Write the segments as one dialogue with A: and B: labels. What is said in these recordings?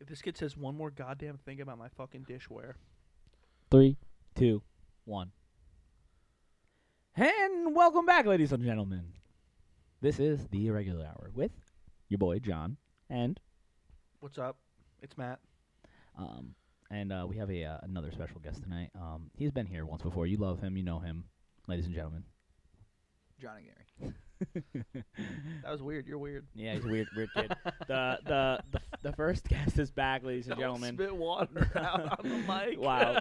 A: If this kid says one more goddamn thing about my fucking dishware,
B: Three, two, one. And welcome back, ladies and gentlemen. This is the Irregular Hour with your boy John, and
A: what's up? It's Matt.
B: um, and uh, we have a uh, another special guest tonight. Um, he's been here once before. You love him, you know him, ladies and gentlemen.
C: John and Gary.
A: That was weird. You're weird.
B: Yeah, he's a weird, weird kid. the, the the the first guest is back, ladies and
A: Don't
B: gentlemen.
A: spit water out on the mic.
B: Wow,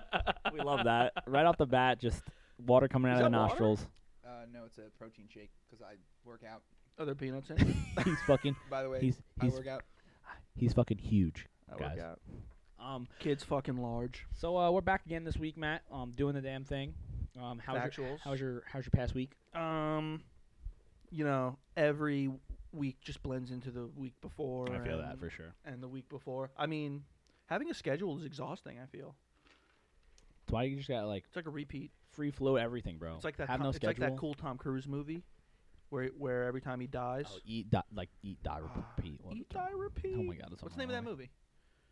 B: we love that. Right off the bat, just water coming
A: Is
B: out of the
A: that water?
B: nostrils.
C: Uh, no, it's a protein shake because I work out.
A: Other Oh, peanuts in. it?
B: he's fucking,
C: By the way,
B: he's
C: I
B: he's
C: work out.
B: he's fucking huge,
A: I
B: guys.
A: work out.
B: Um,
A: Kids fucking large.
B: so uh, we're back again this week, Matt. Um, doing the damn thing. Um, how's your,
A: Factuals.
B: how's your how's your past week?
A: um, you know, every week just blends into the week before. and-
B: sure.
A: And the week before. I mean, having a schedule is exhausting. I feel
B: That's why you just got like
A: it's like a repeat.
B: free flow everything, bro.
A: It's like that.
B: Oh. Have
A: Tom-
B: no
A: it's
B: schedule.
A: like that cool Tom Cruise movie, where where every time he dies,
B: Oh, eat di- like eat die
A: Ah,
B: repeat. What-
A: eat, die, repeat.
B: Oh my god, that's
A: What's the name of that movie?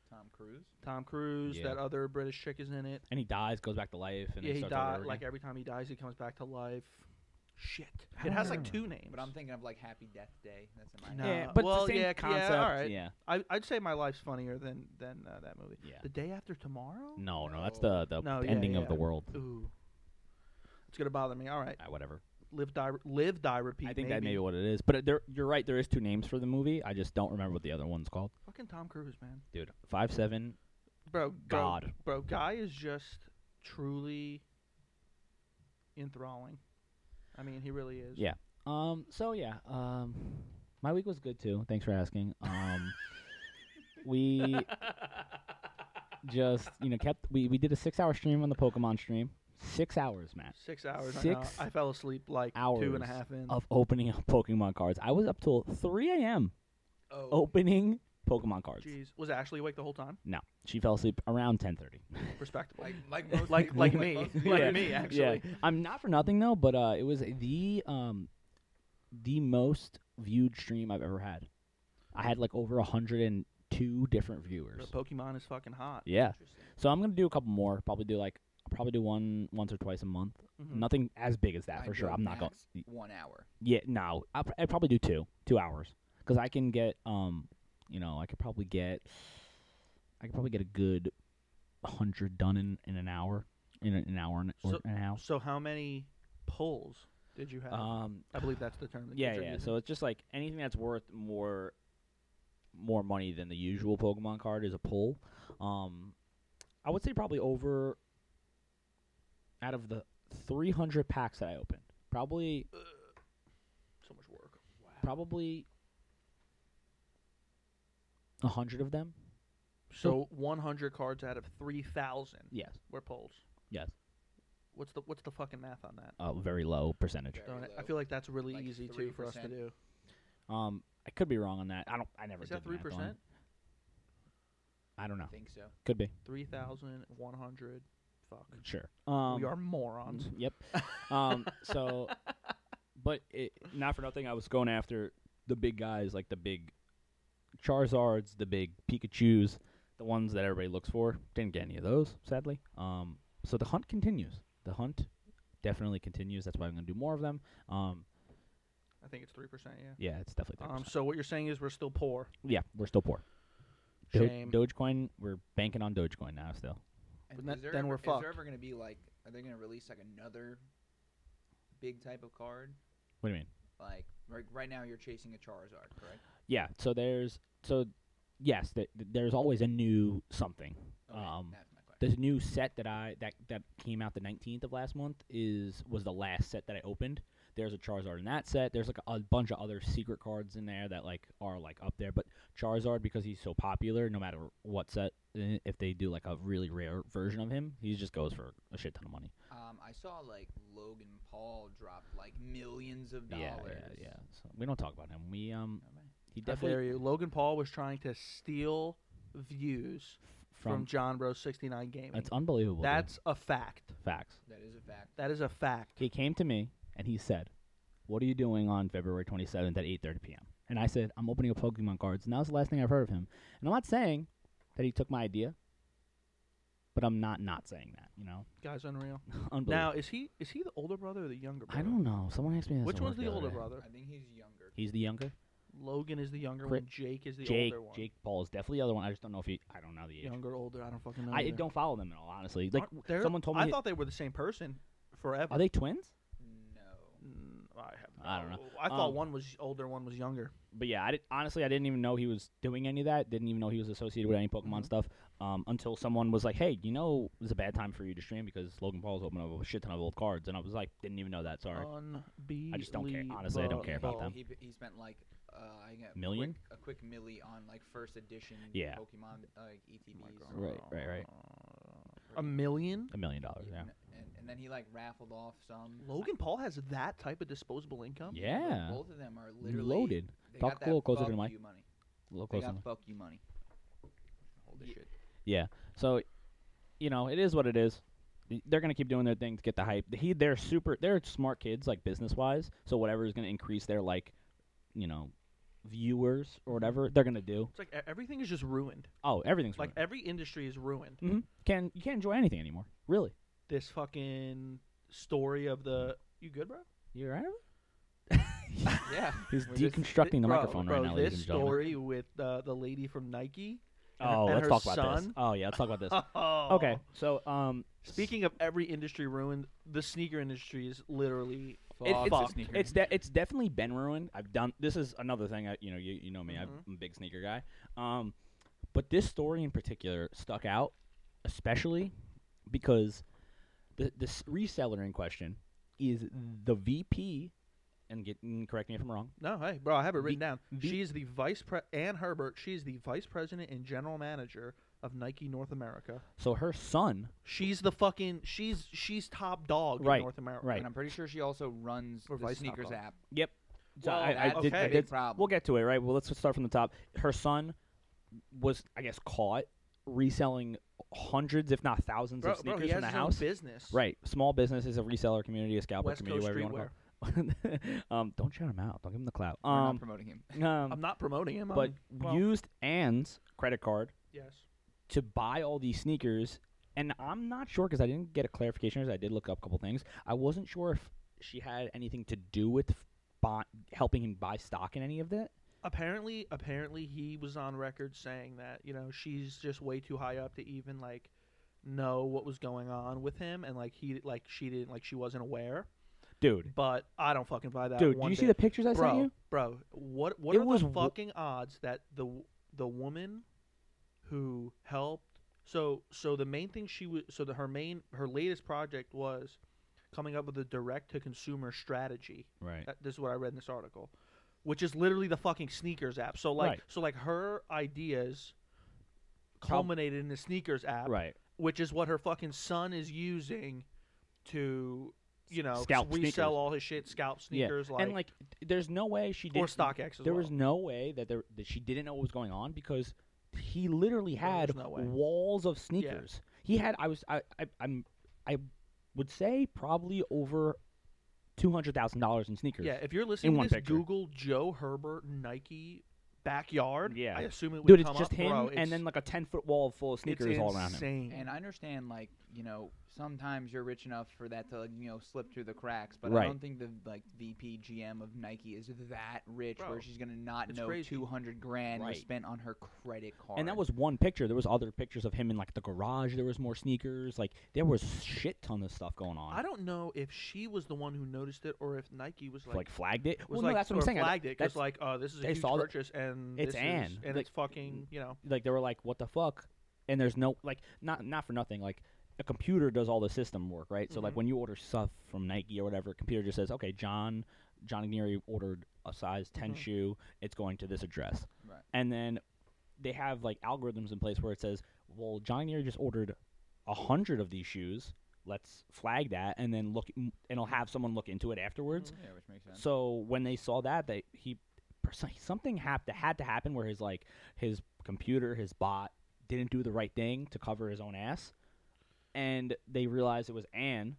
C: Tom Cruise.
A: Tom Cruise.
B: Yeah.
A: That other British chick is in it.
B: And he dies, goes back to life, and
A: yeah,
B: then
A: he
B: starts all
A: died.
B: over
A: Like
B: again.
A: every time he dies, he comes back to life. Shit.
B: I
A: It
B: don't
A: has like
B: remember.
A: two names.
C: But I'm thinking of like Happy Death Day. That's in
A: No.
C: my
B: yeah,
A: uh,
B: but it's
A: well,
B: the same
A: yeah, yeah,
B: concept.
A: alright.
B: yeah.
A: I, I'd say my life's funnier than than uh, that movie.
B: Yeah.
A: The day after tomorrow.
B: No, no, that's
C: No.
B: the the
A: No, yeah,
B: ending of the
A: yeah.
B: world.
A: Ooh. It's gonna bother me. All right.
B: Ah, whatever.
A: Live die. re- Live die. Repeat.
B: I think
A: maybe.
B: that may be what it is. But there, you're right. There is two names for the movie. I just don't remember what the other one's called.
A: Fucking Tom Cruise, man.
B: Dude, five seven.
A: Bro. bro-
B: God.
A: Bro, guy is just truly enthralling. I mean, he really is.
B: Yeah. Um. So yeah. Um. My week was good too. Thanks for asking. Um. we just you know kept we we did a six hour stream on the Pokemon stream. Six hours, Matt,
A: Six hours. I know.
B: Six
A: I fell asleep like two and a
B: hours
A: half in.
B: of opening up Pokemon cards. I was up till three a.m.
C: Oh,
B: opening Pokemon cards.
A: Jeez. Was Ashley awake the whole time?
B: No, she fell asleep around ten thirty.
A: Respectable.
C: like like most
A: like
C: people,
A: like me,
C: most people.
A: like
B: Yeah.
A: me actually.
B: Yeah, I'm not for nothing though, but uh, it was the um, the most viewed stream I've ever had. I had like over hundred and two different
A: Bro,
B: viewers.
A: Pokemon is fucking hot.
B: Yeah,
C: Interesting.
B: so I'm gonna do a couple more. Probably do like I'll probably do one once or twice a month.
A: Mhm.
B: Nothing as big as that
C: Mm. I
B: for sure.
C: go
B: I'm not going.
C: max One hour.
B: Yeah, no, I'll, pr- I'd probably do two, two hours, because I can get um, you know, I could probably get, I could probably get a good hundred done in, in an hour, in an hour and, or
A: So-
B: an hour.
A: So how many pulls did you have?
B: Um,
A: I believe that's the term. That
B: yeah,
A: kids are
B: yeah.
A: using.
B: So it's just like anything that's worth more, more money than the usual Pokemon card is a pull. Um, I would say probably over. Out of the three hundred packs that I opened, probably
A: So much work.
B: probably a hundred of them.
A: So 100 cards out of 3,000
B: Yes.
A: were pulls.
B: Yes.
A: What's the what's the fucking math on that?
B: A very low percentage.
C: Very
A: Don't I- I
C: low.
A: feel like that's really
C: Like
A: easy too for us to
C: 3%.
A: do.
B: Um, I could be wrong on that. I don't. I never
A: Is
B: did
A: that three
B: the math on it.
A: percent?
B: I don't know.
C: I think so.
B: Could be.
A: 3,100. Fuck.
B: Sure. Um,
A: we are morons.
B: Yep. Um, so, but it, not for nothing, I was going after the big guys, like the big Charizards, the big Pikachu's, the ones that everybody looks for. Didn't get any of those, sadly. Um, so the hunt continues. The hunt definitely continues. That's why I'm going to do more of them. Um,
A: I think it's 3%. Yeah.
B: yeah, it's definitely. 3%.
A: Um. So what you're saying is we're still poor.
B: yeah, we're still poor. Do-
A: Shame.
B: Dogecoin, we're banking on Dogecoin now still.
A: But
C: And
A: that-
C: is there
A: then
C: ever,
A: we're
C: is there
A: fucked.
C: ever going to be like? Are they going to release like another big type of card?
B: What do you mean?
C: Like right, right now, you're chasing a Charizard, correct?
B: Yeah. So there's so yes, th- th- there's always a new something.
C: Okay,
B: Um,
C: that's my question.
B: This new set that I that that came out the 19th of last month is was the last set that I opened. There's a Charizard in that set. There's like a, bunch of other secret cards in there that like are like up there. But Charizard because he's so popular, no matter what set, eh, if they do like a really rare version of him, he just goes for a shit ton of money.
C: Um, I saw like Logan Paul drop like millions of dollars.
B: Yeah, yeah, yeah. So we don't talk about him. We um
C: Okay.
B: he
A: How
B: definitely
A: dare you? Logan Paul was trying to steal views from,
B: from,
A: John Bro 69 Gaming.
B: it's unbelievable. dude.
A: That's a fact.
B: facts.
C: That is a fact.
A: That is a fact.
B: He came to me and he said, "What are you doing on February 27th at 8:30 p.m.?" And I said, "I'm opening up Pokemon cards." And that was the last thing I've heard of him. And I'm not saying that he took my idea, but I'm not not saying that. You know,
A: Guy's unreal.
B: unbelievable.
A: Now is he is he the older brother or the younger brother?
B: I don't know. Someone asked me this.
A: Which
B: at
A: one's
B: work
A: the
B: other
A: older
B: day.
A: brother?
C: I think he's younger.
B: He's the younger.
A: Logan is the younger
B: Cri-
A: one. Jake is the
B: Jake.
A: older one.
B: Jake Paul is definitely the other one. I just don't know if he. I don't know the age.
A: Younger, older. I don't fucking know.
B: I
A: either.
B: don't follow them at all, honestly. Like
A: Aren't there-
B: someone told me.
A: I
B: that-
A: thought they were the same person forever.
B: are they twins?
C: No.
A: Mm, I have.
B: I don't
A: know. I thought
B: Um,
A: one was older, one was younger.
B: But yeah, I did, honestly I didn't even know he was doing any of that. Didn't even know he was associated with any Pokemon
C: Mm-hmm.
A: Mhm.
B: stuff um, until someone was like, "Hey, you know, it's a bad time for you to stream because Logan Paul's opening up a shit ton of old cards." And I was like, "Didn't even know that.
C: Oh.
B: Sorry."
A: Unbelievable.
B: just don't care. Honestly, I don't care about
C: Well,
B: them.
C: He, he spent like uh, I got
B: Million?
C: quick- a quick milli on like first edition
B: Yeah.
C: Pokemon like E uh, ETBs.
B: Right, right, right.
A: A million.
B: a million dollars. Oh,
C: Yeah,
B: Yeah.
C: And, and then he like raffled off some.
A: Logan Paul has that type of disposable income.
C: Like,
B: Yeah.
C: Both of them are literally
B: Loaded.
C: They
B: Talk
C: got
B: a little
C: that
B: closer to
C: fuck
B: the mic.
C: you money.
B: A little
C: They
B: closer.
C: got fuck you money. Hold this shit.
B: So, you know, it is what it is. They're gonna keep doing their thing to get the hype. He, they're super. They're smart kids, like business wise. So whatever is gonna increase their like, you know, viewers
C: Mm-hmm.
B: or whatever, they're gonna do.
A: It's like e- everything is just ruined.
B: Oh, everything's
A: Like
B: ruined.
A: every industry is ruined.
B: Mhm. Can you can't enjoy anything anymore? Really?
A: This fucking story of the you good, bro?
B: You right?
C: Yeah.
B: He's
C: We're just-
B: deconstructing the
A: Bro,
B: microphone
A: bro,
B: right now, ladies
A: This
B: and gentlemen.
A: story with uh, the lady from Nike. and her-
B: Oh,
A: and
B: let's
A: her
B: talk about this.
A: son.
B: Oh yeah, let's talk about this.
A: Oh.
B: Okay, so um,
A: Speaking of every industry ruined, the sneaker industry is literally
B: It-
C: Fuck
B: it's-
C: the sneakers.
B: It's de- it's definitely been ruined. I've done this is another thing. I, you know, you, you know me.
A: Mhm.
B: I'm a big sneaker guy. Um, but this story in particular stuck out, especially because the the s- reseller in question is the VP, and get and correct me if I'm wrong.
A: no, hey, bro, I have it
B: The-
A: written down.
B: the-
A: She is the vice pre Ann Herbert. She is the vice president and general manager of Nike North America.
B: So her son,
A: She's the fucking she's she's top dog
B: Right,
A: in North America.
B: right.
C: And I'm pretty sure she also runs
A: Or
C: the
A: Vice
C: sneakers
A: Knockoff.
C: app.
B: so
C: Well,
B: I, I
C: that's
B: did,
A: okay.
B: I
C: a
B: did
C: big problem.
B: We'll get to it, right? Well, let's start from the top. Her son was, I guess, caught reselling hundreds, if not thousands,
A: Bro,
B: of
A: bro,
B: sneakers
A: he has
B: in the
A: his
B: house.
A: own business.
B: Right, small business is a reseller community, a scalper
A: West
B: community,
A: Coast
B: whatever
A: streetwear.
B: you want to call. it. um, don't shout him out. Don't give him the clout.
C: We're not
B: Um,
C: promoting him.
B: um,
A: I'm not promoting him.
B: but
A: I'm, well,
B: used Ann's credit card
A: yes.
B: to buy all these sneakers, and I'm not sure because I didn't get a clarification. 'cause I did look up a couple things. I wasn't sure if she had anything to do with f- buy, helping him buy stock in any of that.
A: apparently apparently he was on record saying that you know she's just way too high up to even like know what was going on with him and like he like she didn't like she wasn't aware
B: Dude,
A: but i don't fucking buy that
B: dude, did
A: one
B: you see the
A: bit.
B: pictures I
A: bro
B: sent you?
A: bro what what
B: It
A: are
B: was
A: the
B: wo-
A: fucking odds that the w- the woman who helped so so the main thing she was so the, her main her latest project was coming up with a direct to consumer strategy
B: Right.
A: that- this is what I read in this article, which is literally the fucking sneakers app. So like,
B: Right.
A: so like her ideas
B: Prob-
A: culminated in the sneakers app,
B: Right.
A: which is what her fucking son is using to, you know,
B: Scalp
A: resell
B: sneakers.
A: all his shit, scalp
B: Yeah,
A: sneakers, like,
B: and like, th- there's no way she did
A: or StockX. As
B: there
A: well.
B: was no way that there that she didn't know what was going on because he literally
A: There
B: had
A: was no way.
B: walls of sneakers. He had I was I, I I'm I would say probably over two hundred thousand dollars in sneakers.
A: yeah. If you're
B: in
A: listening
B: one
A: to this,
B: picture.
A: Google Joe Herbert Nike backyard.
B: Yeah.
A: I assume it would
B: Dude, it's
A: come
B: just
A: up.
B: him
A: Bro, it's-
B: and then like a ten foot wall full of
A: it's
B: sneakers all around him.
A: insane.
C: And I understand, like you know, sometimes you're rich enough for that to, like, you know, slip through the cracks. But
B: Right.
C: I don't think the like VP GM of Nike is that rich
A: Bro,
C: where she's gonna not
A: it's
C: know
A: crazy.
C: two hundred grand
B: Right.
C: was spent on her credit card.
B: And that was one picture. There was other pictures of him in like the garage. There was more sneakers. Like there was shit ton of stuff going on.
A: I don't know if she was the one who noticed it or if Nike was
B: like, flagged it.
A: was
B: well,
A: like
B: no, that's what I'm
A: or
B: saying. I-
A: flagged it
B: that's-
A: because like uh, this is a
B: they
A: huge
B: saw that-
A: purchase and
B: It's
A: this
B: Ann.
A: is, and
B: Like,
A: it's fucking you know
B: like they were like, "What the fuck?" And there's no like, not not for nothing. Like a computer does all the system work, right? So like
A: Mhm.
B: when you order stuff from Nike or whatever, computer just says, "Okay, John John Agneri ordered a size 10
A: Mhm.
B: shoe. It's going to this address."
C: Right.
B: And then they have like algorithms in place where it says, "Well, John Agneri just ordered a hundred of these shoes. Let's flag that, and then look, and it'll have someone look into it afterwards."
C: yeah, which makes sense.
B: So when they saw that, they he pers- something had to had to happen where his like his computer, his bot didn't do the right thing to cover his own ass, and they realized it was Anne,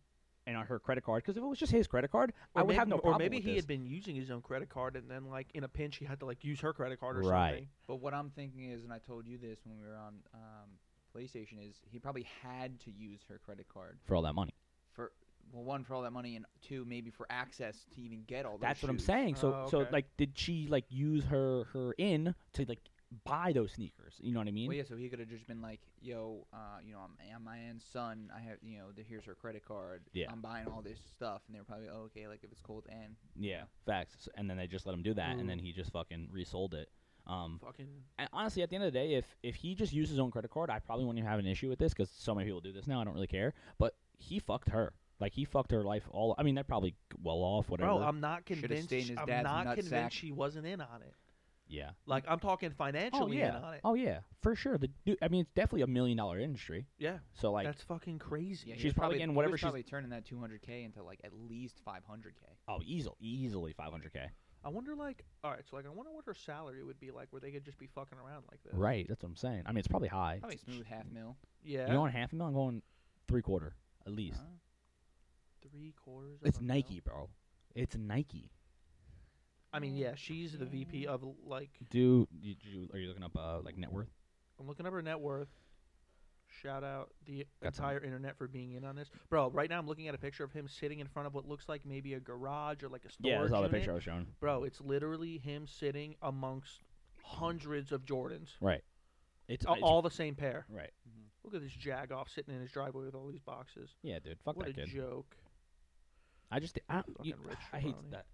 B: and on her credit card. Because if it was just his credit card, I would
A: maybe,
B: have no
A: or
B: problem.
A: maybe
B: with
A: he
B: this.
A: had been using his own credit card, and then like in a pinch, he had to like use her credit card or
B: Right.
A: something.
C: But what I'm thinking is, and I told you this when we were on um, PlayStation, is he probably had to use her credit card
B: for all that money.
C: for well, one for all that money, and two maybe for access to even get all. Those
B: That's what I'm
C: shoes.
B: saying. So
A: Oh,
B: so
A: okay.
B: like, did she like use her her in to like buy those sneakers? You know what I mean?
C: Well, yeah. So he could have just been like, "Yo, uh, you know, I'm, I'm my aunt's son. I have, you know, the, here's her credit card.
B: Yeah.
C: I'm buying all this stuff." And they were probably, oh, "Okay, like if it's cold, and
B: Yeah, facts. S- And then they just let him do that, and then
A: Ooh.
B: he just fucking resold it. Um,
A: Fucking
B: and honestly, at the end of the day, if if he just used his own credit card, I probably wouldn't even have an issue with this because so many people do this now. I don't really care. But he fucked her. Like he fucked her life all. I mean, they're probably well off. Whatever.
A: bro, I'm not
C: Shoulda
A: convinced.
C: stayed in his
A: I'm
C: dad's
A: not
C: nutsack.
A: convinced she wasn't in on it.
B: yeah.
A: Like I'm talking
B: Oh
A: financially in
B: yeah.
A: on it.
B: Oh yeah. For sure. The dude, I mean, it's definitely a million dollar industry.
A: Yeah,
B: So like,
A: that's fucking crazy.
C: yeah, he
B: She's
C: was
B: probably
C: probably
B: getting
C: he
B: whatever
C: was
B: she's-
C: probably turning that 200k into like at least 500k.
B: oh, easily, easily 500k.
A: I wonder, like, all right, so like, I wonder what her salary would be like, where they could just be fucking around like this.
B: Right. That's what I'm saying. I mean, it's probably high.
C: Probably smooth half mil.
A: Yeah.
B: You want half a million? I'm going three quarter at least.
C: Huh?
A: Three quarters. of
B: it's
A: a mil?
B: Nike, bro. It's Nike.
A: I mean, yeah, she's the VP of like.
B: Do you, you are you looking up uh, like net worth?
A: I'm looking up her net worth. Shout out the
B: Got some.
A: entire internet for being in on this, bro. Right now, I'm looking at a picture of him sitting in front of what looks like maybe a garage or like a store.
B: Yeah, that's all Oh, the picture I was showing.
A: Bro, it's literally him sitting amongst hundreds of Jordans,
B: Right. It's,
A: A-
B: it's-
A: all the same pair.
B: right.
A: Look at this jag off sitting in his driveway with all these boxes.
B: Yeah, dude. Fuck
A: what
B: that
A: a
B: kid.
A: joke.
B: I just I, don't- you-
A: Fucking rich
B: I hate
A: pepperoni.
B: that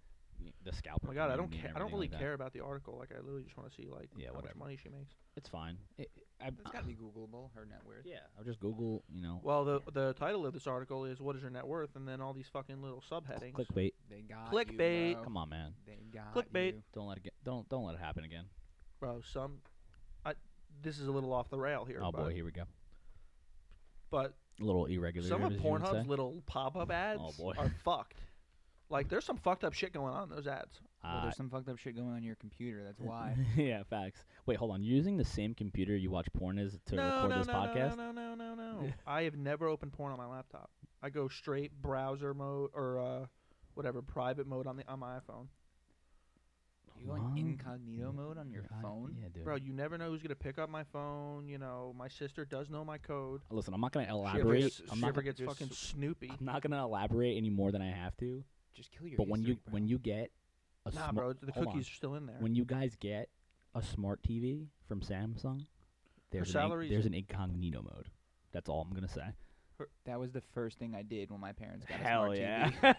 B: the scalper.
A: Oh my god, I don't
B: community and
A: care. I don't
B: everything
A: really
B: Mm, like that.
A: care about the article. Like, I literally just want to see like
B: Yeah,
A: how
B: whatever.
A: much money she makes.
B: It's fine. It, I, uh,
C: That's got to be Googleable. Her net worth.
B: yeah, I'll just Google. You know,
A: Well, the the title of this article is "What is your net worth?" and then all these fucking little subheadings.
B: clickbait.
C: They got
A: Clickbait.
C: You, bro.
B: Come on, man.
C: They got
A: Clickbait.
C: you.
B: Don't let it get. Don't don't let it happen again.
A: Bro, some. I, this is a little off the rail here.
B: Oh
A: but,
B: boy, here we go.
A: But
B: A little irregular.
A: some of
B: as you would
A: Pornhub's
B: say. Oh,
A: little pop-up ads
B: boy.
A: are fucked. Like, there's some fucked up shit going on in those ads.
C: Well,
B: Uh,
C: there's some fucked up shit going on in your computer. That's why.
B: yeah, facts. Wait, hold on. Using the same computer you watch porn is to
A: no,
B: record
A: no,
B: this
A: no,
B: podcast.
A: no, no, no, no, no. I have never opened porn on my laptop. I go straight browser mode or uh, whatever private mode on the on my iPhone.
C: You go in
B: What?
C: incognito mode on your phone?
B: Yeah, dude.
A: Bro, you never know who's gonna pick up my phone. You know, my sister does know my code.
B: Listen, I'm not gonna
A: She ever
B: elaborate.
A: gets-
B: I'm
A: she
B: not.
A: ever
B: Gonna,
A: gets
C: just-
A: fucking Snoopy.
B: I'm not gonna elaborate any more than I have to.
C: Just kill your.
B: But when you
C: history, bro.
B: when you get a
A: Nah,
B: sma-
A: bro, the
B: hold on.
A: cookies are still in there.
B: when you guys get a smart TV from Samsung, there's an,
A: salary's-
B: in- there's an incognito mode. That's all I'm gonna say.
C: that was the first thing I did when my parents got a
B: Hell
C: smart
B: yeah.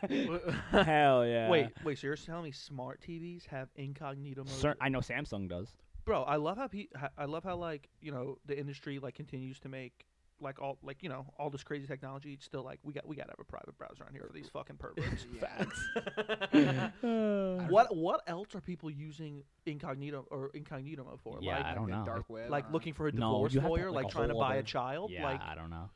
C: TV.
B: Hell yeah.
A: Wait, wait. So you're telling me smart TVs have incognito mode?
B: Cer- I know Samsung does.
A: Bro, I love how pe- ha- I love how like you know the industry like continues to make like all like you know all this crazy technology. It's still like we got we got to have a private browser on here for these fucking perverts.
C: Facts.
A: what what else are people using incognito or incognito mode for?
B: Yeah,
A: like,
B: I don't know.
C: Dark web.
A: like
C: uh,
A: looking for a
B: No,
A: divorce
B: you have to
A: lawyer,
B: have,
A: like,
B: like, a
A: trying to
B: whole
A: buy a
B: other-
A: child.
B: Yeah,
A: Like
B: I don't know.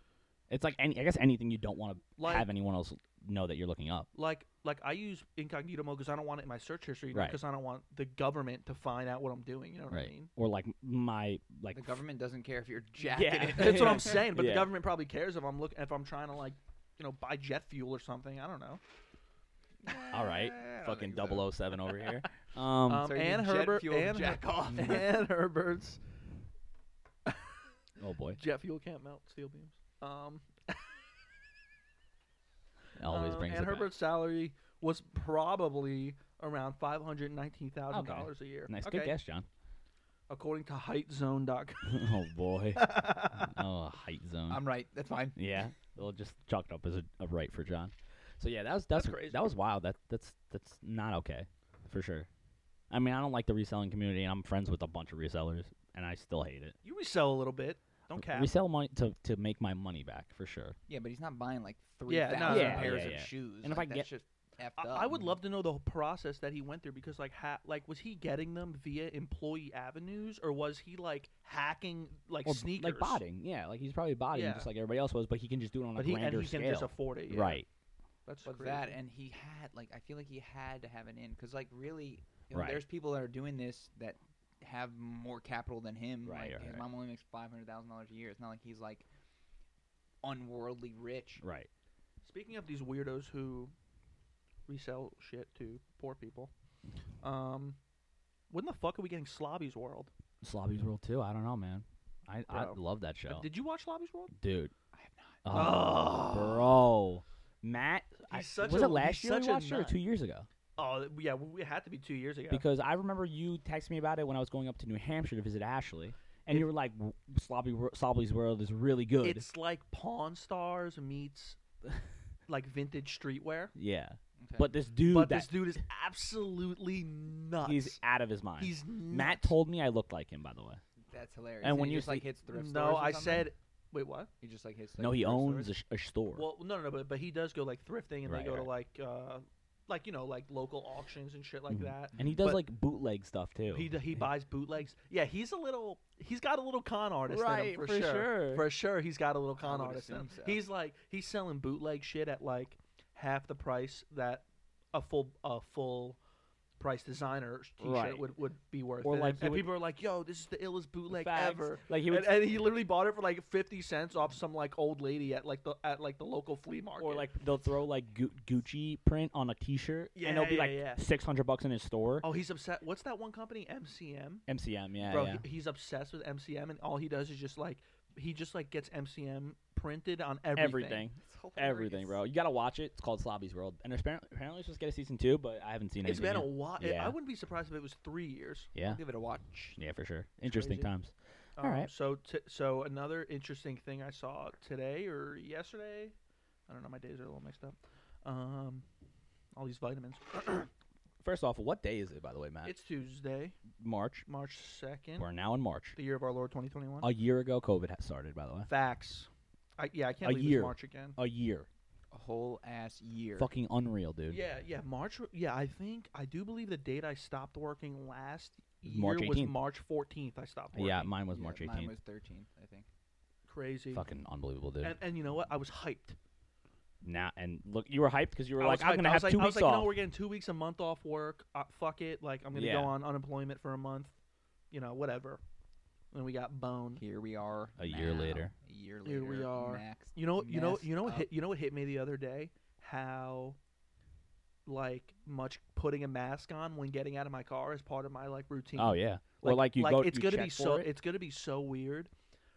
B: It's like any. I guess anything you don't want to
A: Like-
B: have anyone else know that you're looking up.
A: like like I use incognito mode because I don't want it in my search history
B: Right.
A: because I don't want the government to find out what I'm doing. You know what I
B: Right.
A: mean?
B: Or like my like
C: the
B: f-
C: government doesn't care if you're jacked. in
B: Yeah.
C: it.
A: That's what I'm saying. But
B: Yeah.
A: the government probably cares if I'm looking if I'm trying to like you know buy jet fuel or something. I don't know.
B: All right,
C: I don't
B: fucking
C: think so.
B: 007 over here. Um,
A: Um,
C: So you
A: Ann
C: jet
A: Herbert,
C: fuel
A: Ann,
C: jack off.
A: Ann Herbert's
B: oh boy,
A: jet fuel can't melt steel beams. Um,
B: always
A: um,
B: brings
A: Ann
B: it back.
A: Herbert's salary was probably around five hundred nineteen thousand
B: Okay.
A: dollars a year.
B: Nice,
A: okay.
B: good guess, John.
A: According to heightzone.com.
B: oh boy, oh height zone.
C: I'm right. That's fine.
B: yeah, we'll just chalk it up as a, a right for John. So yeah, that was that's,
A: That's crazy.
B: That was wild. That that's that's not okay, for sure. I mean, I don't like the reselling community, and I'm friends with a bunch of resellers, and I still hate it.
A: You resell a little bit. Don't cap.
B: Resell money to to make my money back for sure.
C: Yeah, but he's not buying like three
A: Yeah, no,
C: thousand
B: yeah,
C: pairs
B: yeah,
C: of
B: yeah.
C: shoes.
B: And if
C: like,
B: I
C: that's just effed
A: I,
C: up.
A: I would love to know the whole process that he went through because, like, ha- like was he getting them via employee avenues or was he like hacking like
B: Or,
A: sneakers?
B: like botting, yeah. Like he's probably botting
A: Yeah.
B: just like everybody else was, but he can just do it on a
A: but he and
B: grander
A: he
B: scale,
A: can just afford it, yeah.
B: right?
A: That's
C: But
A: crazy.
C: that, and he had like I feel like he had to have an in because like really, you know,
B: Right.
C: there's people that are doing this that have more capital than him.
B: Right,
C: like,
B: right,
C: his
B: right.
C: mom only makes five hundred thousand dollars a year. It's not like he's like unworldly rich.
B: Right.
A: Speaking of these weirdos who resell shit to poor people, um, when the fuck are we getting Slobby's World?
B: Slobby's World too. I don't know, man. I I
A: Bro.
B: love that show,
A: Did you watch Slobby's World?
B: dude.
C: I have not.
B: Oh,
A: Oh.
B: bro, Matt. I,
A: He's such
B: was
A: a-
B: it last
A: he's
B: year we
A: such a
B: watched it or
A: nut.
B: two years ago?
A: Oh th- yeah, well, it had to be two years ago.
B: Because I remember you texting me about it when I was going up to New Hampshire to visit Ashley, and you were like, "W- "Slobby Wor- Slobby's World is really good."
A: it's like Pawn Stars meets like vintage streetwear.
B: yeah,
C: Okay.
B: but this dude,
A: but
B: that,
A: this dude is absolutely nuts.
B: he's out of his mind.
A: He's nuts.
B: Matt told me I looked like him, by the way.
C: that's hilarious.
B: and when
C: he
B: you
C: just like
B: see-
C: hits thrift stores.
A: No,
C: or
A: I
C: something?
A: said. Wait, what?
C: he just like hits.
B: no,
C: like,
B: he
C: thrift
B: owns
C: stores?
B: a, sh- a store.
A: Well, no, no, no, but but he does go like thrifting, and
B: Right,
A: they go to like, uh, like you know, like local auctions and shit like
B: Mhm.
A: that.
B: and he does
A: but-
B: like bootleg stuff too.
A: He d- he buys bootlegs. Yeah, he's a little. He's got a little con artist in him
B: Right,
A: for,
B: for
A: sure.
B: sure.
A: For sure, he's got a little con
C: would
A: artist in him.
C: assume so.
A: He's like he's selling bootleg shit at like half the price that a full a full price designer t-shirt
B: Right.
A: would, would be worth.
B: Or
A: and
B: like he
A: and
B: would-
A: people are like, "Yo, this is the illest bootleg
B: Facts.
A: ever."
B: Like he would,
A: and, and he literally bought it for like fifty cents off some like old lady at like the at like the local flea market.
B: or like they'll throw like Gu- Gucci print on a T-shirt, and
A: Yeah,
B: it'll be
A: yeah,
B: like
A: yeah.
B: six hundred bucks in his store.
A: oh, he's upset. What's that one company? MCM.
B: MCM, yeah,
A: Bro,
B: yeah.
A: he, he's obsessed with MCM, and all he does is just like he just like gets MCM printed on everything.
B: everything, everything, bro. You gotta watch it. It's called Slobby's World, and there's apparently, apparently it's supposed to get a season two, but I haven't seen it.
A: It's been a while. I- I
B: Yeah.
A: wouldn't be surprised if it was three years.
B: yeah,
C: Give it a watch.
B: yeah, for sure. Interesting
A: crazy.
B: times. All right.
A: Um, So t- so another interesting thing I saw today or yesterday, I don't know. My days are a little mixed up. Um, all these vitamins.
B: Uh, First off, what day is it, by the way, Matt?
A: it's Tuesday,
B: March.
A: March second,
B: We're now in March.
A: the year of our Lord twenty twenty one.
B: A year ago, COVID had started, by the way.
A: Facts. I, yeah, I can't
B: A
A: believe
B: year.
A: it's March again.
B: A year.
C: A whole ass year.
B: Fucking unreal, dude.
A: Yeah, yeah, March. Yeah, I think I do believe the date I stopped working last year
B: March
A: was
B: 18th.
A: March 14th. I stopped working.
B: Yeah, mine was
C: Yeah,
B: March
C: Mine
B: 18th.
C: was 13th, I think.
A: crazy.
B: Fucking unbelievable, dude.
A: And, and you know what? I was hyped.
B: now and look, you were hyped because you were
A: I
B: like,
A: was
B: "I'm
A: hyped.
B: gonna
A: I was
B: have
A: like,
B: two
A: I was
B: weeks
A: like,
B: off."
A: No, we're getting two weeks a month off work. Uh, fuck it. Like I'm gonna
B: Yeah.
A: go on unemployment for a month. You know, whatever. And we got bone.
C: Here we are.
B: A year
C: now.
B: later.
C: A year later.
A: Here we are.
C: Maxed,
A: You know, you know,
C: messed
A: you know what
C: up.
A: hit you know what hit me the other day? How like much putting a mask on when getting out of my car is part of my like routine.
B: oh yeah, or like you go.
A: it's
B: you
A: gonna
B: check
A: be
B: for
A: so
B: it.
A: it's gonna be so weird.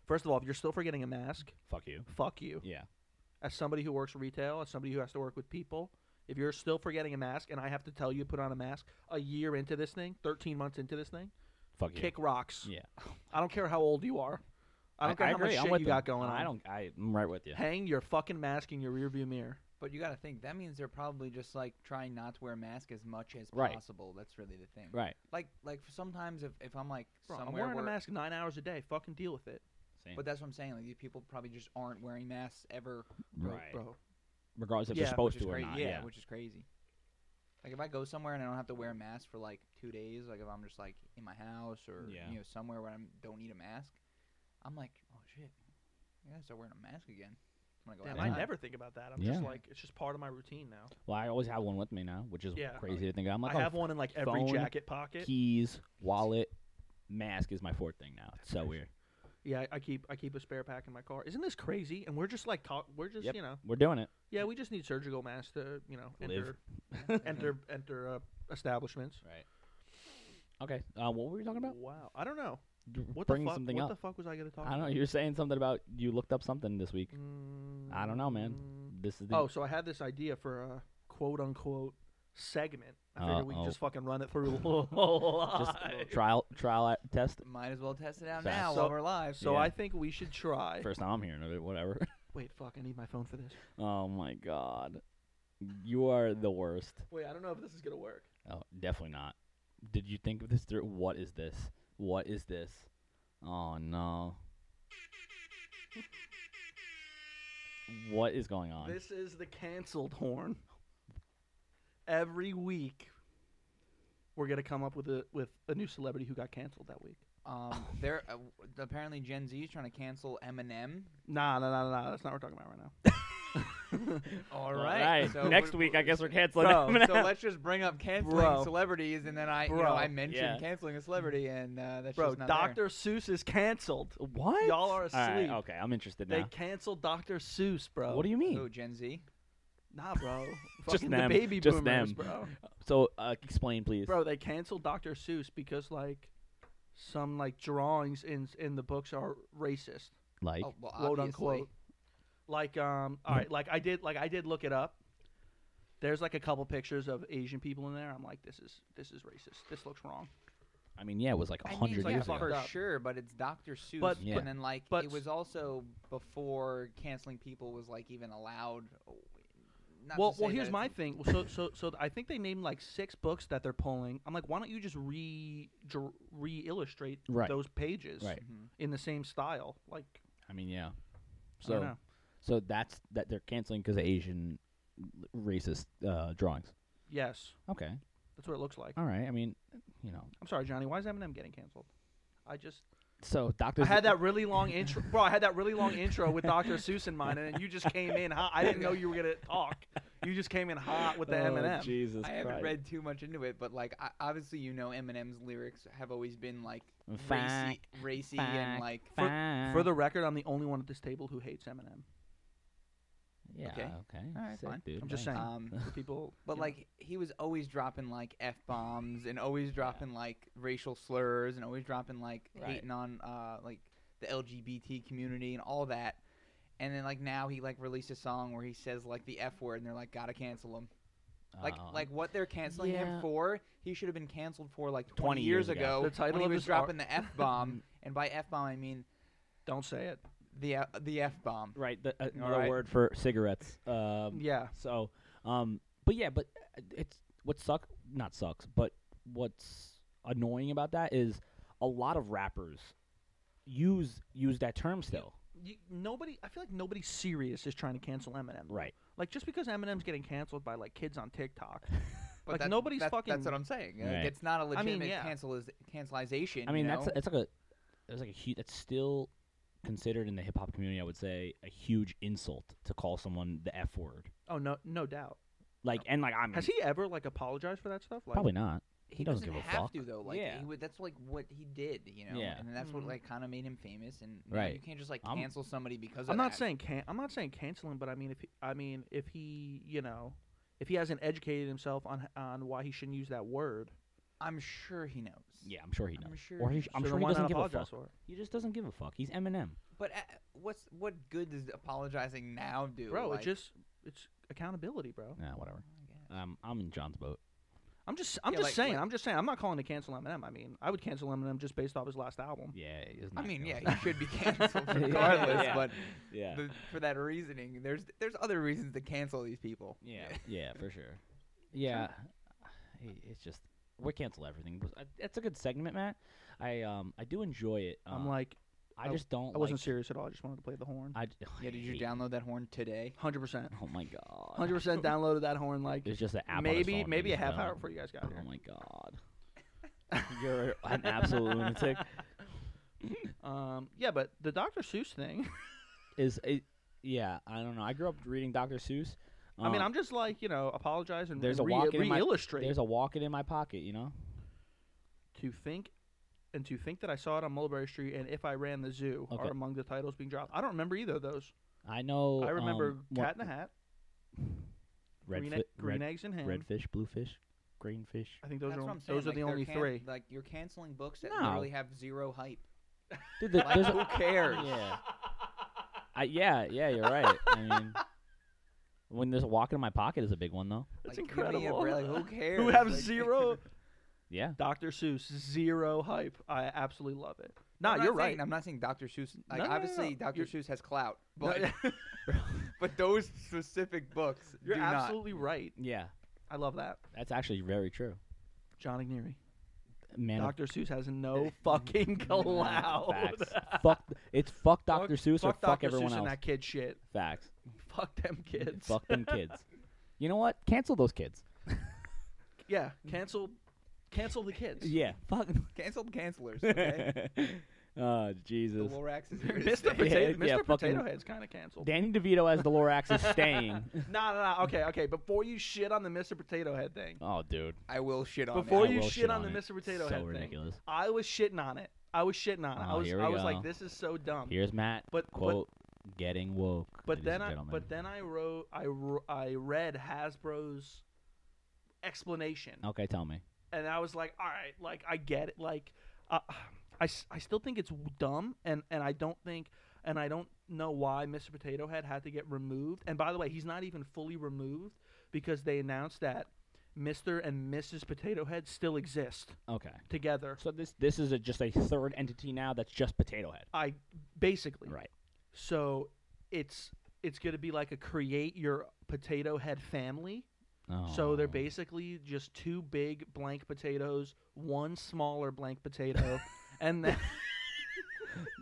A: First of all, if you're still forgetting a mask,
B: Fuck you.
A: fuck you.
B: Yeah.
A: As somebody who works retail, as somebody who has to work with people, if you're still forgetting a mask and I have to tell you to put on a mask a year into this thing, 13 months into this thing,
B: Fuck you.
A: kick rocks.
B: Yeah.
A: I don't care how old you are. I don't care how
B: agree.
A: much
B: I'm
A: shit
B: with
A: you
B: them.
A: got going on.
B: I don't. I, I'm right with you.
A: Hang your fucking mask in your rearview mirror.
C: But you got to think that means they're probably just like trying not to wear a mask as much as
B: Right.
C: possible. That's really the thing.
B: Right.
C: Like like for sometimes if, if I'm like
A: Bro, I'm
C: somewhere
A: wearing
C: where,
A: a mask nine hours a day. Fucking deal with it.
B: Same.
C: but that's what I'm saying. Like these people probably just aren't wearing masks ever,
A: Bro,
B: right.
A: Bro.
B: Regardless if
A: Yeah,
B: they're supposed
C: which is
B: to or
C: crazy.
B: not.
C: yeah,
B: Yeah.
C: which is crazy. Like if I go somewhere and I don't have to wear a mask for like two days, like if I'm just like in my house or
B: Yeah.
C: you know somewhere where I don't need a mask, I'm like, oh shit, I gotta start wearing a mask again. When I go
A: Damn,
B: Yeah.
A: I
C: outside.
A: never think about that. I'm
B: Yeah.
A: just like, it's just part of my routine now.
B: Well, I always have one with me now, which is
A: Yeah.
B: crazy to think. of. I'm like,
A: I
B: oh,
A: have one in like every
B: phone,
A: jacket pocket.
B: keys, wallet, mask is my fourth thing now. It's so
A: crazy.
B: weird.
A: Yeah, I, I keep I keep a spare pack in my car. Isn't this crazy? And we're just like talk. We're just
B: Yep.
A: you know
B: We're doing it.
A: yeah we just need surgical masks to you know
B: Live.
A: enter
C: Yeah.
A: enter enter uh, establishments.
B: Right. Okay. Uh, what were you talking about?
A: Wow, I don't know
B: D-
A: what
B: Bring
A: the fuck,
B: something
A: what
B: up.
A: the fuck was I gonna talk?
B: I don't know.
A: about?
B: You were saying something about you looked up something this week. I don't know, man.
A: Mm,
B: This is the
A: Oh, so I had this idea for a quote unquote segment. I figured we could
B: Uh-oh.
A: just fucking run it through.
B: just
A: live.
B: trial trial at- test.
C: Might as well test it out
B: Facts.
C: now
A: So-
C: while we're live.
A: so
B: Yeah.
A: I think we should try.
B: First time I'm hearing of it. Whatever.
A: Wait, fuck! I need my phone for this.
B: oh my god, you are the worst.
A: Wait, I don't know if this is gonna work.
B: Oh, definitely not. Did you think of this through? What is this? What is this? Oh no. what is going on?
A: This is the canceled horn. Every week, we're gonna come up with a with a new celebrity who got canceled that week.
C: Um, there uh, w- apparently Gen Z is trying to cancel Eminem.
A: Nah, nah, nah, nah, nah. That's not what we're talking about right
C: All so
B: Next
C: we're-
B: week, I guess we're canceling.
C: Bro,
B: Eminem.
C: so let's just bring up canceling
A: Bro.
C: celebrities, and then I, you know,
A: Bro.
C: I
B: Yeah.
C: mentioned canceling a celebrity, and uh, that's
A: now.
C: just
A: Bro,
C: not
A: Dr. Seuss is canceled.
B: what?
A: Y'all are
B: All right,
A: asleep.
B: okay, I'm interested
A: They
B: now.
A: canceled Dr. Seuss, bro.
B: What do you
C: there.
B: mean?
C: Who, Gen Z?
A: Nah, bro.
B: Just
A: Fucking
B: them.
A: the baby
B: Just
A: boomers,
B: them.
A: bro.
B: So uh, explain, please.
A: Bro, they canceled Dr. Seuss because like some like drawings in in the books are racist.
B: like,
C: Oh, well,
A: quote
C: obviously.
A: unquote. Like um, all right, like I did, like I did look it up. There's like a couple pictures of Asian people in there. I'm like, this is this is racist. This looks wrong.
B: I mean, yeah, it was like a
C: I mean,
B: hundred
C: yeah,
B: years
A: fuck
B: ago.
C: for
A: up.
C: sure, but it's Dr. Seuss.
A: But-
C: But,
B: Yeah.
C: and then like
A: but-
C: it was also before canceling people was like even allowed. Not to
A: well,
C: say
A: well,
C: that
A: here's
C: it's-
A: my thing. Well, So, so, so I think they named like six books that they're pulling. I'm like, why don't you just re dr- re-illustrate
B: Right.
A: those pages Mm-hmm.
B: Right.
C: Mhm.
A: in the same style? Like,
B: I mean,
A: I
B: yeah.
A: don't
B: So
A: know.
B: so that's that they're canceling because of Asian l- racist uh, drawings.
A: yes,
B: Okay.
A: that's what it looks like.
B: All right. I mean, you know.
A: I'm sorry, Johnny. Why is Eminem getting canceled? I just
B: So Doctor.
A: I had that really long intro, bro. I had that really long intro with Dr. Seuss in mind, and then you just came in hot. I didn't know you were gonna talk. You just came in hot with the
B: Oh,
A: Eminem.
B: Jesus
C: I haven't read too much into it, but like I, obviously you know Eminem's lyrics have always been like racy,
B: Fact,
C: racy
B: fact,
C: and like
A: For the record, I'm the only one at this table who hates Eminem.
B: yeah.
C: Okay.
B: Okay.
C: right,
B: Sick,
C: fine.
B: dude.
A: I'm just
B: Nice.
A: saying.
C: um.
A: For people,
C: But
A: you know.
C: like he was always dropping like f bombs and always dropping like racial slurs and always dropping like
B: Right.
C: hating on uh like the LGBT community and all that. And then like now he like released a song where he says like the f word and they're like gotta cancel him. Like
B: Uh,
C: like what they're canceling him
B: yeah.
C: for? He should have been canceled for like 20,
B: 20
C: years
B: years ago.
C: ago.
A: The title
C: when
A: of
C: he was
A: this ar-
C: dropping the f bomb, and by f bomb I mean
A: don't say it.
C: the uh, the f bomb.
B: right. The, uh,
C: All
B: another
C: right.
B: word for cigarettes. Um,
A: Yeah,
B: So, um, but yeah, but uh, it's what suck not sucks, but what's annoying about that is a lot of rappers use use that term still.
A: you, nobody. I feel like nobody serious is trying to cancel Eminem. though.
B: Right.
A: Like just because Eminem's getting canceled by like kids on TikTok,
C: But
A: Like,
C: that-
A: nobody's
C: that-
A: fucking-
C: That's what I'm saying. Like,
B: Right.
C: It's not a
A: I
C: legitimate
A: mean, yeah.
C: canceliz- cancelization.
B: I mean,
C: you
B: that's
C: know?
B: that's like a that's like a huge that's still considered in the hip hop community. I would say a huge insult to call someone the f word.
A: oh no, no doubt.
B: Like and like I'm
A: Has he ever like apologized for that stuff? Like,
B: probably not.
C: he
B: doesn't give a
C: have
B: fuck.
C: to though. Like
B: Yeah.
C: he would, that's like what he did, you know.
B: Yeah.
C: And that's what
A: Mhm.
C: like kind of made him famous. And now you
B: Right.
C: can't just like
B: I'm-
C: cancel somebody because of
A: I'm not
C: that.
A: saying can I'm not saying cancel him, but I mean if he, I mean if he you know if he hasn't educated himself on on why he shouldn't use that word,
C: I'm sure he knows.
B: Yeah, I'm sure he
C: I'm
B: knows.
C: sure.
B: Or
C: he
B: he,
C: knows.
B: I'm
A: so
B: sure
A: then
B: he
A: why
B: doesn't
A: not
B: give a
A: apologize
B: fuck.
A: for it?
B: He just doesn't give a fuck. He's Eminem.
C: But uh, what's what good does apologizing now do?
A: bro?
C: Like,
A: it just it's accountability, bro.
B: Nah, whatever.
C: I guess.
B: Um, I'm in John's boat.
A: I'm just I'm
C: Yeah,
A: just
C: like-
A: saying
C: like-
A: I'm just saying I'm not calling to cancel Eminem. I mean I would cancel Eminem just based off his last album.
B: Yeah. it's
C: I
B: not
C: mean,
B: gonna
C: yeah,
B: listen.
C: he should be canceled
B: Yeah,
C: regardless.
B: yeah.
C: But
B: yeah.
C: the, for that reasoning, there's there's other reasons to cancel these people.
B: Yeah, yeah, for sure. Yeah, I- it's just we cancel everything. But I- It's a good segment, Matt. I um I do enjoy it.
A: I'm
B: uh,
A: like
B: I
A: I-
B: just don't.
A: I wasn't
B: like-
A: serious at all. I just wanted to play the horn.
B: I, d- I
C: Yeah. Did you
B: hate-
C: download that horn today?
A: Hundred percent,
B: Oh my god.
A: hundred percent downloaded that horn like
B: It's just an app. on his
A: maybe
B: phone,
A: maybe a
B: he's
A: half hour
B: done.
A: before you guys got
B: Oh
A: here.
B: my god. You're an absolute lunatic.
A: Um yeah, but the Dr. Seuss thing.
B: Is it? Yeah, I don't know. I grew up reading Dr. Seuss.
A: I mean
B: um,
A: I'm just like you know apologize and
B: there's
A: and
B: a
A: re-
B: walk-in in my-
A: re-illustrate.
B: there's a walking in my pocket, you know.
A: to think and to think that I saw it on Mulberry Street and if I ran the zoo
B: Okay.
A: are among the titles being dropped. I don't remember either of those.
B: I know.
A: I remember
B: um,
A: Cat
B: what-
A: in the Hat,
B: Red
A: Green,
B: fi-
A: e- green
B: red-
A: Eggs in Hand.
B: redfish, bluefish, greenfish.
A: I think those
C: That's
A: are
C: what
A: on-
C: I'm saying.
A: those are
C: like,
A: the
C: they're
A: only
C: can-
A: three.
C: Like you're canceling books that
B: No.
C: literally have zero hype.
B: Dude, there-
C: Like,
B: there's
C: who
B: a,
C: cares?
B: yeah. I, yeah, yeah, you're right. I mean, when there's a walk in my pocket is a big one though.
A: That's
C: Like, give me a
A: incredible.
C: break, who cares?
A: Who have
C: Like-
A: zero
B: Yeah,
A: Dr. Seuss zero hype. I absolutely love it. Nah,
C: I'm not
A: you're
C: saying-
A: right.
C: I'm not saying Dr. Seuss. Like
A: No, no, no,
C: obviously,
A: no.
C: doctor
A: You're-
C: Seuss has clout,
A: No,
C: but but those specific books
A: You're
C: do
A: absolutely right.
B: yeah,
A: I love that.
B: that's actually very true.
A: John Igneri.
B: Man, of
A: Dr. Seuss has no fucking cloud.
B: facts. fuck, it's fuck
A: Fuck-
B: Dr. Seuss or
A: fuck
B: fuck
A: Dr.
B: everyone
A: Seuss
B: else.
A: and that kid shit.
B: Facts.
A: Fuck them kids.
B: Fuck them kids. You know what? Cancel those kids.
A: Yeah, cancel, cancel the kids.
B: Yeah, fuck.
C: not canceled cancelers. Okay,
B: oh
C: the
B: Jesus.
C: Lorax is here to
A: Mr.
C: stay.
B: Pota-
A: Potato, Mr.
B: yeah, fucking-
A: Potato Head's kind of canceled.
B: Danny DeVito as the Lorax is staying.
A: Nah, nah, nah. Okay, okay. Before you shit on the Mr. Potato Head thing,
B: Oh, dude.
C: I will shit on
A: Before
B: I
A: you
B: will
A: shit on the
B: it.
A: Mr. Potato
B: so
A: Head thing.
B: ridiculous.
A: I was shitting on it. I was shitting on it. I
B: Oh,
A: was,
B: here we
A: I was
B: go.
A: like, this is so dumb.
B: Here's Matt.
A: But- but-
B: quote Getting woke.
A: But
B: ladies
A: then
B: and
A: I
B: gentlemen.
A: but then I wrote I wr- I read Hasbro's explanation
B: okay, tell me.
A: and I was like, all right, like I get it. Like, uh, I, s- I still think it's dumb, and and I don't think, and I don't know why Mr. Potato Head had to get removed. And by the way, he's not even fully removed because they announced that Mr. and Mrs. Potato Head still exist
B: Okay.
A: together.
B: So this this is a, just a third entity now that's just Potato Head.
A: I basically
B: Right.
A: So it's it's gonna be like a create your potato head family.
B: Oh.
A: So they're basically just two big blank potatoes, one smaller blank potato, and then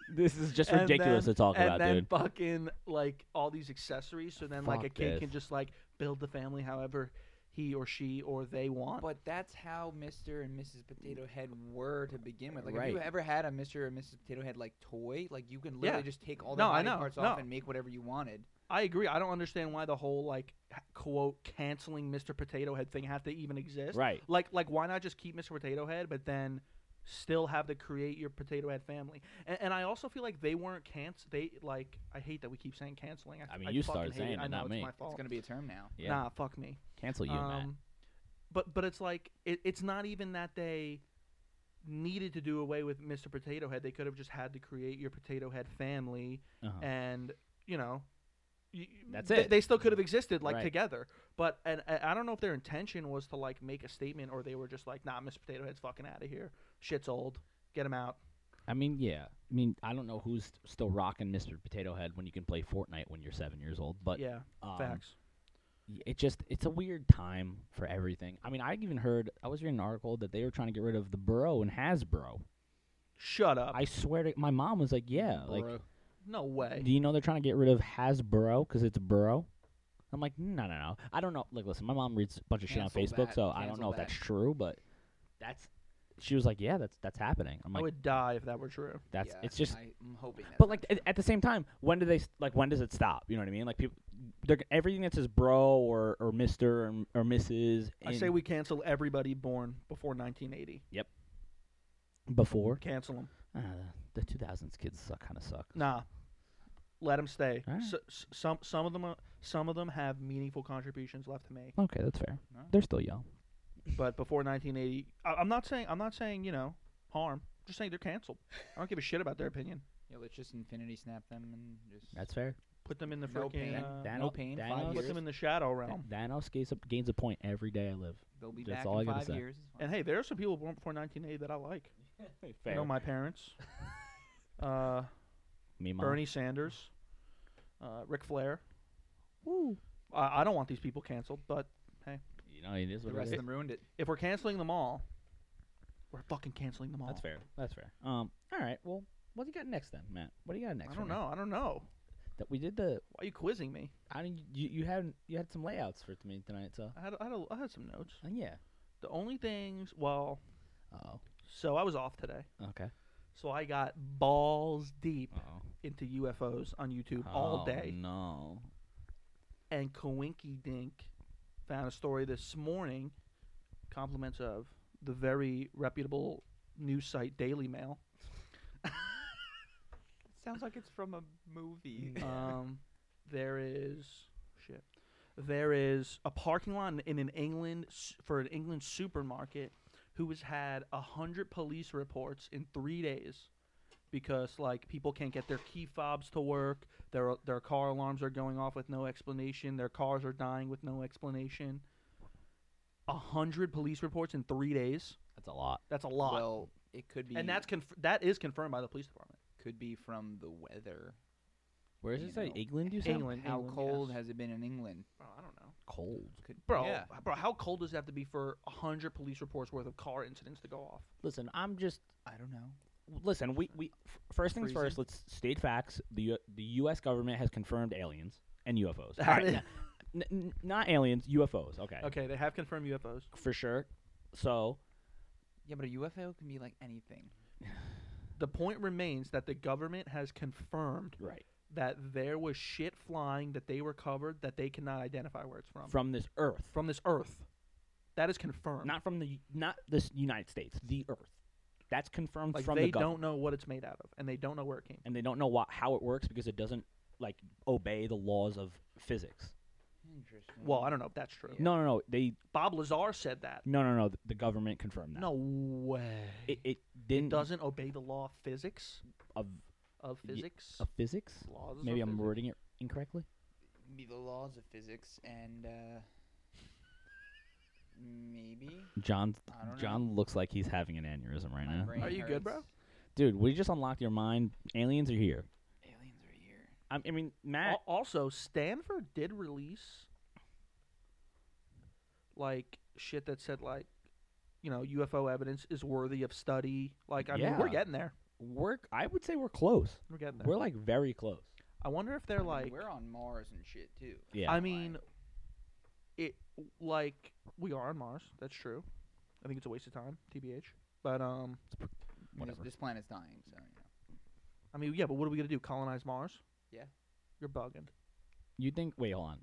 B: This is just
A: And
B: ridiculous
A: then-
B: to talk
A: and
B: about,
A: then
B: dude.
A: fucking like all these accessories. So then like a
B: Fuck
A: kid
B: this.
A: can just like build the family however he or she or they want.
C: But that's how Mr. and Mrs. Potato Head were to begin with. Like, have you
B: Right.
C: ever had a Mr. and Mrs. Potato Head like toy? Like, you can literally
A: Yeah.
C: just take all the
A: No, I
C: body
A: know.
C: parts off
A: No.
C: and make whatever you wanted.
A: I agree. I don't understand why the whole like h- quote canceling Mr. Potato Head thing have to even exist.
B: Right.
A: Like like why not just keep Mr. Potato Head but then still have the create your potato head family and, and i also feel like they weren't canc they like i hate that we keep saying canceling i,
B: I mean,
A: I
B: you
A: fucking
B: started
A: hate
B: saying
A: it. i
B: it,
A: know
B: not
A: it's
B: me.
A: my
B: It's
A: fault
C: It's gonna be a term now.
B: Yeah.
A: nah Um, fuck me
B: Cancel you, man.
A: But but it's like it, it's not even that they needed to do away with Mr. Potato Head. They could have just had to create your Potato Head family,
B: Uh-huh.
A: and you know, y-
B: That's
A: they-
B: it.
A: They still could have existed like
B: Right.
A: together. But and I- I don't know if their intention was to like make a statement or they were just like, nah, Mr. Potato Head's fucking out of here. Shit's old. Get him out.
B: I mean, yeah. I mean, I don't know who's still rocking Mr. Potato Head when you can play Fortnite when you're seven years old, but
A: yeah,
B: um,
A: facts.
B: y- It just it's a weird time for everything. I mean, I even heard I was reading an article that they were trying to get rid of the Burrow and Hasbro.
A: Shut up.
B: I swear to my mom was like, "Yeah, like
A: no way.
B: Do you know they're trying to get rid of Hasbro because it's Burrow? I'm like, no, no, no. I don't know. Like, listen, my mom reads a bunch of
C: Cancel
B: shit on Facebook,
C: that.
B: so I don't
C: Cancel
B: know if
C: that.
B: that's true, but that's. She was like, yeah, that's that's happening. I'm
A: I
B: like,
A: would die if that were true.
B: that's
C: Yeah,
B: it's just.
C: I, am hoping. That's
B: but like at, at the same time, when do they s- like when does it stop? You know what I mean? Like people, they're, everything that says bro or or Mister or, or Mrs.
A: I say
B: in-
A: we cancel everybody born before 1980.
B: before
A: Cancel them.
B: uh, the 2000s kids suck kind of suck.
A: Nah, let them stay.
B: All right.
A: S- s- some some of them are- some of them have meaningful contributions left to make.
B: Okay, that's fair.
C: No.
B: They're still young.
A: But before 1980, I, I'm not saying I'm not saying you know harm. I'm just saying they're canceled. I don't give a shit about their opinion.
C: yeah, let's just infinity snap them and just.
B: That's fair.
A: Put them in the
C: No
A: freaking
C: pain.
A: uh,
B: Thanos,
C: no pain, five
B: Thanos-
A: put them in the shadow realm.
B: Thanos gains a, gains a point every day I live.
C: They'll be
B: That's
C: back
B: all I
C: in
B: gotta
C: five
B: say.
C: years. It's fine.
A: And hey, there are some people born before 1980 that I like.
B: Fair.
A: You know my parents, uh,
B: Me, mom.
A: Bernie Sanders, uh, Ric Flair. Woo. I, I don't want these people canceled, but
B: You know, it is
C: the
B: what it
C: rest
B: is.
C: of them ruined it.
A: if we're canceling them all, we're fucking canceling them all.
B: That's fair. That's fair. Um. All right. Well, what do you got next then, Matt? What do you got
A: I
B: next? for
A: don't
B: me?
A: know. I don't know.
B: That we did the.
A: Why are you quizzing me?
B: I mean, you you had you had some layouts for me tonight, so.
A: I had, I had, a, I had some notes.
B: Uh, yeah.
A: The only things, well,
B: Oh.
A: so I was off today.
B: Okay.
A: So I got balls deep
B: Oh.
A: into UFOs on YouTube all day.
B: No.
A: And Coinky Dink found a story this morning, compliments of the very reputable news site Daily Mail.
C: Sounds like it's from a movie.
A: Um, there is shit. There is a parking lot in- in an England s- for an England supermarket who has had a hundred police reports in three days because like people can't get their key fobs to work. Their their car alarms are going off with no explanation. Their cars are dying with no explanation. A hundred police reports in three days.
B: That's a lot.
A: That's a lot,
C: well, it could be.
A: and that's conf- that is confirmed by the police department.
C: could be from the weather.
B: Where is
C: You
B: it say?
C: know,
B: England? You said
A: England,
C: How
A: England,
C: cold
A: yes.
C: has it been in England?
A: Oh, I don't know.
B: cold.
C: Could,
A: Bro,
C: yeah.
A: bro, how cold does it have to be for a 100 police reports worth of car incidents to go off?
B: Listen, I'm just
C: I don't know.
B: listen. We we f- first things
A: Freezing.
B: first. Let's state facts. The U- the U.S. government has confirmed aliens and UFOs.
A: That
B: All right,
A: is-
B: n- n- n- not aliens, UFOs. Okay.
A: Okay, they have confirmed UFOs.
B: for sure. So
C: Yeah, but a UFO can be like anything.
A: The point remains that the government has confirmed
B: right
A: that there was shit flying that they recovered that they cannot identify where it's from. From,
B: from this Earth,
A: this Earth. That is confirmed.
B: not from the not this United States, the Earth. That's confirmed
A: like
B: from
A: they
B: the
A: don't
B: government,
A: know what it's made out of and they don't know where it came.
B: and they don't know wha- how it works because it doesn't like obey the laws of physics.
C: Interesting.
A: Well, I don't know if that's true.
B: No, no, no. They
A: Bob Lazar said that.
B: no, no, no. The government confirmed that.
A: No way.
B: it, it didn't
A: doesn't obey the law of physics
B: of,
A: of
B: Ye-
A: physics.
B: of physics.
A: laws
B: Maybe
A: of
B: I'm
A: physics.
B: wording it incorrectly.
C: be the laws of physics and uh, maybe
B: John
C: I don't know.
B: John looks like he's having an aneurysm right
C: My
B: now.
C: brain
A: Are you good, bro?
C: hurts.
B: Dude, we just unlocked your mind. Aliens are here.
C: Aliens are here.
B: I, I mean, Matt.
A: Al- also, Stanford did release like shit that said like, you know, UFO evidence is worthy of study. Like, I mean, we're
B: Yeah.
A: getting there.
B: We're I would say we're close.
A: We're getting there.
B: We're like very close.
A: I wonder if they're
C: I mean,
A: like.
C: we're on Mars and shit too.
B: Yeah.
A: I
C: Like-
A: mean, it like we are on Mars. That's true. I think it's a waste of time, tbh. But um,
C: I mean, this,
B: whatever.
C: this planet's dying, so you know.
A: I mean, yeah. But what are we gonna do? Colonize Mars?
C: Yeah.
A: You're bugging.
B: You think? Wait, hold on.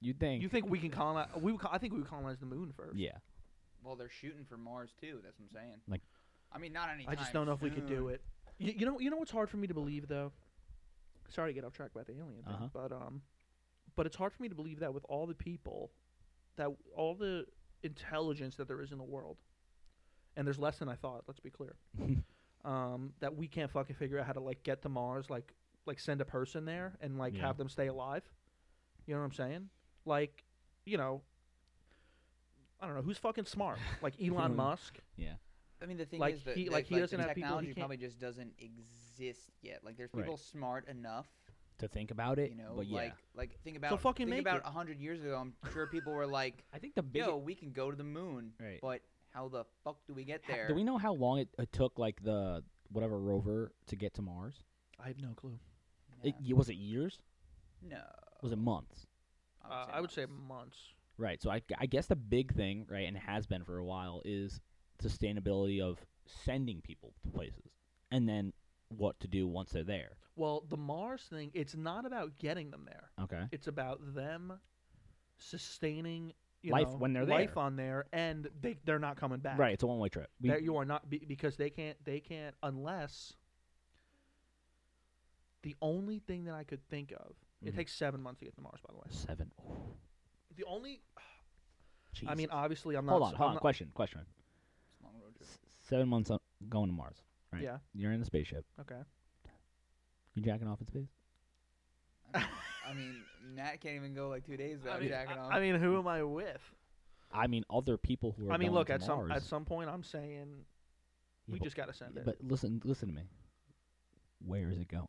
B: You think?
A: You think we can colonize? We would, co- I think we would colonize the moon first.
B: yeah.
C: Well, they're shooting for Mars too. That's what I'm saying.
B: Like-
C: I mean, not any.
A: I just don't know if we could do it. You, you know, you know what's hard for me to believe though. Sorry to get off track about the alien thing,
B: Uh-huh.
A: but um, but it's hard for me to believe that with all the people, that all the intelligence that there is in the world, and there's less than I thought. Let's be clear. um, that we can't fucking figure out how to like get to Mars, like like send a person there and like
B: Yeah.
A: have them stay alive. You know what I'm saying? Like, you know, I don't know who's fucking smart. Like Elon Musk.
C: I mean, the thing
A: Like,
C: is that
A: he-
C: that,
A: like, he
C: the
A: doesn't have people- he
C: technology
A: can't-
C: probably just doesn't exist yet. Like, there's
B: Right.
C: people smart enough,
B: To think about it.
C: you know,
B: but yeah.
C: like like think about
A: fucking
C: think
A: make
C: about
A: it.
C: a hundred years ago. I'm sure people were like,
B: I think the big.
C: "Yo, we can go to the moon,"
B: Right.
C: but how the fuck do we get
B: ha-
C: there?
B: Do we know how long it, it took like the whatever rover to get to Mars?
A: I have no clue.
C: Yeah.
B: It, y- was it years?
C: no,
B: Was it months?
A: Uh, I would say
C: months.
A: months.
B: Right. So I, I guess the big thing, right, and has been for a while, is sustainability of sending people to places, and then what to do once they're there.
A: Well, the Mars thing, it's not about getting them there.
B: Okay.
A: It's about them sustaining you
B: Life
A: know,
B: when they're
A: life
B: there.
A: on there, and they they're not coming back.
B: Right. It's a one-way trip. We-
A: That you are not be, because they can't they can't unless the only thing that I could think of. It
B: Mhm.
A: takes seven months to get to Mars, by the way.
B: seven. oh,
A: The only
B: Jeez.
A: I mean, obviously, I'm not.
B: hold
A: s-
B: on.
A: I'm
B: Hold on.
A: not-
B: Question. Question.
C: It's a long road trip.
B: S- seven months on, going to Mars. Right.
A: Yeah.
B: You're in the spaceship.
A: Okay.
B: You jacking off in space?
C: I mean, Matt can't even go like two days
A: I
C: without
A: mean,
C: jacking off.
A: I- I mean, who am I with?
B: I mean, other people who are.
A: I mean,
B: going
A: look
B: to
A: at some
B: Mars.
A: at some point, I'm saying
B: Yeah,
A: we
B: but-
A: just gotta send
B: yeah,
A: it,
B: But listen, listen to me. Where is it going?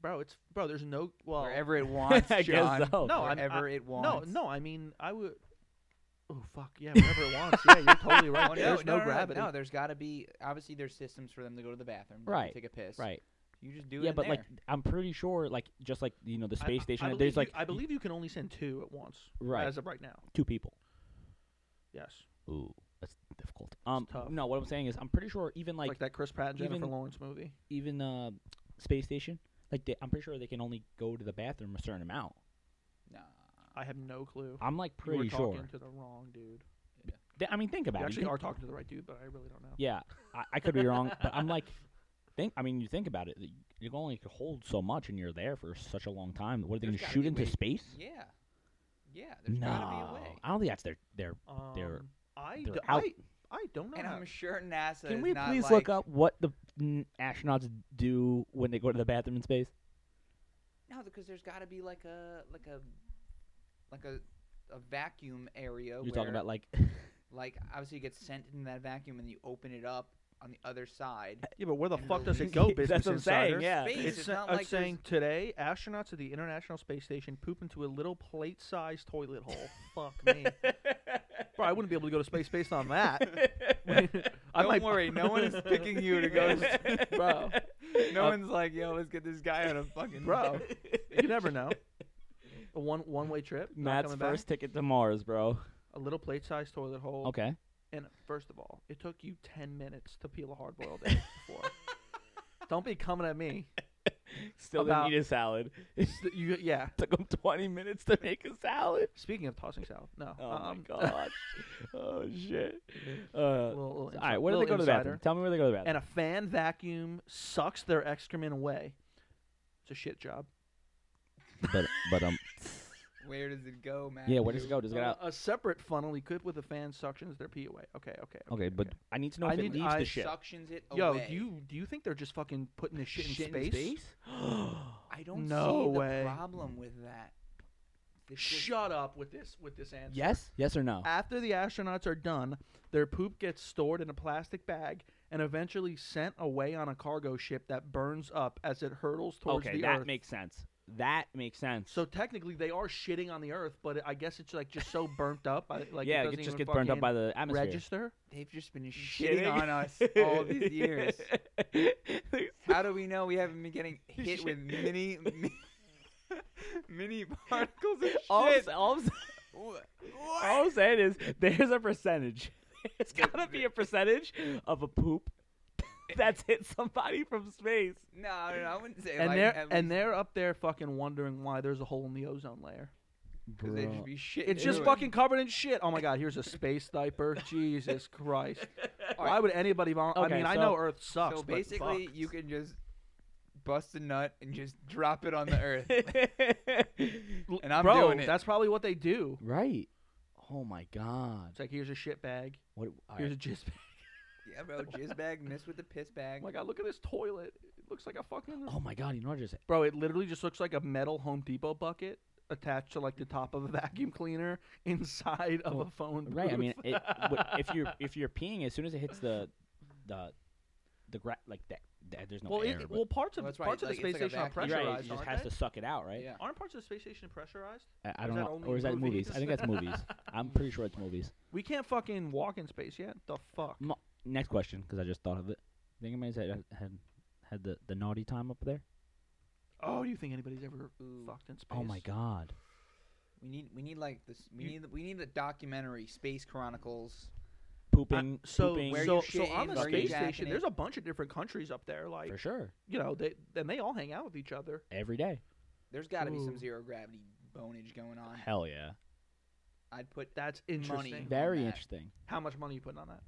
A: bro. It's bro. There's no well.
C: wherever it wants,
B: I guess
C: John.
B: so.
A: No, I'm-
C: wherever
A: I-
C: it
A: No,
C: wants.
A: no. I mean, I would. Oh fuck yeah! Whatever it wants. Yeah, you're totally right.
C: Oh,
A: There's no, gravity.
C: No, there's got to be obviously there's systems for them to go to the bathroom, they can
B: Right,
C: Take a piss,
B: Right.
C: You just do it.
B: yeah,
C: in
B: but
C: there.
B: like I'm pretty sure, like just like you know the
A: I-
B: space
A: I-
B: station.
A: I,
B: there's
A: believe you-
B: like
A: I believe you can only send two at once.
B: Right.
A: As of right now.
B: two people.
A: Yes.
B: Ooh, that's difficult. Um,
A: tough.
B: no, what I'm saying is I'm pretty sure even
A: Like,
B: like,
A: that Chris Pratt and Jennifer
B: even-
A: Lawrence movie.
B: even uh space station, like they, I'm pretty sure they can only go to the bathroom a certain amount.
C: nah.
A: I have no clue.
B: I'm like
A: You were
B: pretty
A: talking
B: sure.
A: to the wrong dude.
B: Th- I mean, think
A: You
B: about it.
A: actually
B: You
A: are
B: think-
A: talking to the right dude, but I really don't know.
B: Yeah, I, I could be wrong, but I'm like, think. I mean, you think about it. that You can only hold so much, and you're there for such a long time. What are they going
C: There's
B: to
C: gotta
B: shoot
C: be
B: into
C: ways-
B: space?
C: Yeah, yeah. There's
B: No,
C: gotta be a way.
B: I don't think that's their their.
A: Um,
B: They're-
A: I,
B: they're
A: d-
B: out.
A: I, I don't know.
C: And
A: how-
C: I'm sure NASA.
B: Can
C: is
B: we
C: not
B: please
C: like,
B: look up what the mm, astronauts do when they go to the bathroom in space?
C: No, because there's got to be like a like a like a a vacuum area.
B: You're talking about like
C: like obviously it gets sent in that vacuum and you open it up on the other side.
A: yeah, but where the
C: And
A: fuck
C: the
A: does it
C: leak-
A: go,
B: That's
A: business
B: what I'm saying,
A: insider?
B: yeah.
C: Space
A: It's,
C: is
A: sa-
C: not
A: I'm
C: like there's-
A: saying today, astronauts at the International Space Station poop into a little plate-sized toilet hole. Fuck me, bro! I wouldn't be able to go to space based on that. I
C: Don't
A: might-
C: worry, no one is picking you to go, to, bro. No
B: Uh,
C: one's like, yo, let's get this guy on a fucking
A: bro. You never know. A one one-way trip. not
B: Matt's
A: coming back.
B: first ticket to Mars, bro.
A: A little plate-sized toilet hole.
B: Okay.
A: And first of all, it took you ten minutes to peel a hard-boiled egg before. Don't be coming at me.
B: Still
A: About-
B: didn't eat a salad. It
A: You, yeah.
B: took them 20 minutes to make a salad.
A: Speaking of tossing salad, no.
B: Oh
A: um,
B: my god. oh shit. Uh,
A: little- little
B: all right,
A: inside-
B: where do they
A: little
B: go to the
A: insider.
B: bathroom? Tell me where they go to the bathroom.
A: and a fan vacuum sucks their excrement away. It's a shit job.
B: but but um
C: Where does it go, man?
B: yeah, where does it go? Does it go out?
A: a separate funnel equipped with a fan suctions their pee away. Okay, okay.
B: Okay, but I need to know
A: I
B: if it
A: need-
B: leaves
A: I
B: the ship.
C: Suctions it away.
A: Yo, do you do you think they're just fucking putting this shit in space?
C: I don't
A: No
C: see
A: way.
C: the problem with that. It's just-
A: Shut up with this with this answer.
B: Yes? Yes or no?
A: After the astronauts are done, their poop gets stored in a plastic bag and eventually sent away on a cargo ship that burns up as it hurtles towards
B: Okay,
A: the
B: that
A: earth.
B: makes sense. That makes sense.
A: so technically, they are shitting on the earth, but I guess it's like just so burnt up. I- Like
B: yeah,
A: it,
B: it
A: doesn't
B: just
A: even
B: gets burned up
A: fucking
B: by the atmosphere.
A: register.
C: They've just been
B: Shitting.
C: shitting on us all these years. How do we know we haven't been getting hit with mini, mi- mini particles of
B: all, I'm s-
C: shit?
B: all, I'm s-
C: What?
B: all I'm saying is there's a percentage. There's gotta be a percentage of a poop that's hit somebody from space.
C: No, no, no, I wouldn't say
A: And
C: like
A: they're
C: at
A: and
C: least
A: they're up there fucking wondering why there's a hole in the ozone layer.
C: 'cause they'd just be shitting.
A: It's just
C: everywhere.
A: fucking covered in shit. Oh my god, here's a space diaper. Jesus Christ. Why would anybody vol-
B: Okay,
A: I mean, I
B: so-
A: know Earth sucks,
C: So
A: but
C: basically,
A: fuck.
C: you can just bust a nut and just drop it on the earth. And I'm
A: Bro,
C: doing it.
A: that's probably what they do.
B: right. Oh my god.
A: It's like here's a shit bag.
B: What all
A: Here's
B: right.
A: a jizz bag.
C: Yeah, bro. Jizz bag, miss with the piss
A: Oh
C: bag.
A: my god, look at this toilet. It looks like a fucking
B: Oh my god, you know what I just
A: Bro, it literally just looks like a metal Home Depot bucket attached to like the top of a vacuum cleaner inside of
B: Well,
A: a phone booth.
B: Right. I mean, it, w- if you're if you're peeing, as soon as it hits the the the gra- like that, that there's no
A: well,
B: air.
A: it,
B: but-
A: well parts of
C: Well, that's right,
A: parts of
C: like,
A: the
C: it's
A: space
C: like a
A: station are
C: vacuum.
B: You're right, it
A: pressurized.
B: just
A: aren't
B: has
A: they?
B: to suck it out, right?
C: Yeah.
A: Aren't parts of the space station pressurized?
B: I,
A: Or
B: I
A: is
B: don't
A: that
B: know,
A: only
B: or is that movies?
A: movies?
B: I think that's movies. I'm pretty sure it's movies.
A: We can't fucking walk in space yet. The fuck.
B: Mo- Next question, because I just thought of it. Think anybody had uh, had had the, the naughty time up there?
A: Oh, do you think anybody's ever
C: Ooh.
A: fucked in space?
B: Oh my god!
C: We need, we need like this. We
A: You-
C: need, we need a documentary, Space Chronicles.
B: Pooping,
A: I- so
B: pooping
C: Where
A: so,
C: you
A: so on the
C: shitting, where you
A: space
C: jacking
A: station,
C: it.
A: there's a bunch of different countries up there. Like
B: for sure
A: you know, they and they all hang out with each other.
B: every day.
C: There's got to be some
A: Ooh.
C: zero gravity bonage going on.
B: Hell yeah!
C: I'd put
A: That's
C: money.
A: interesting.
C: on
B: Very
C: that.
B: interesting.
A: How much money you putting on that?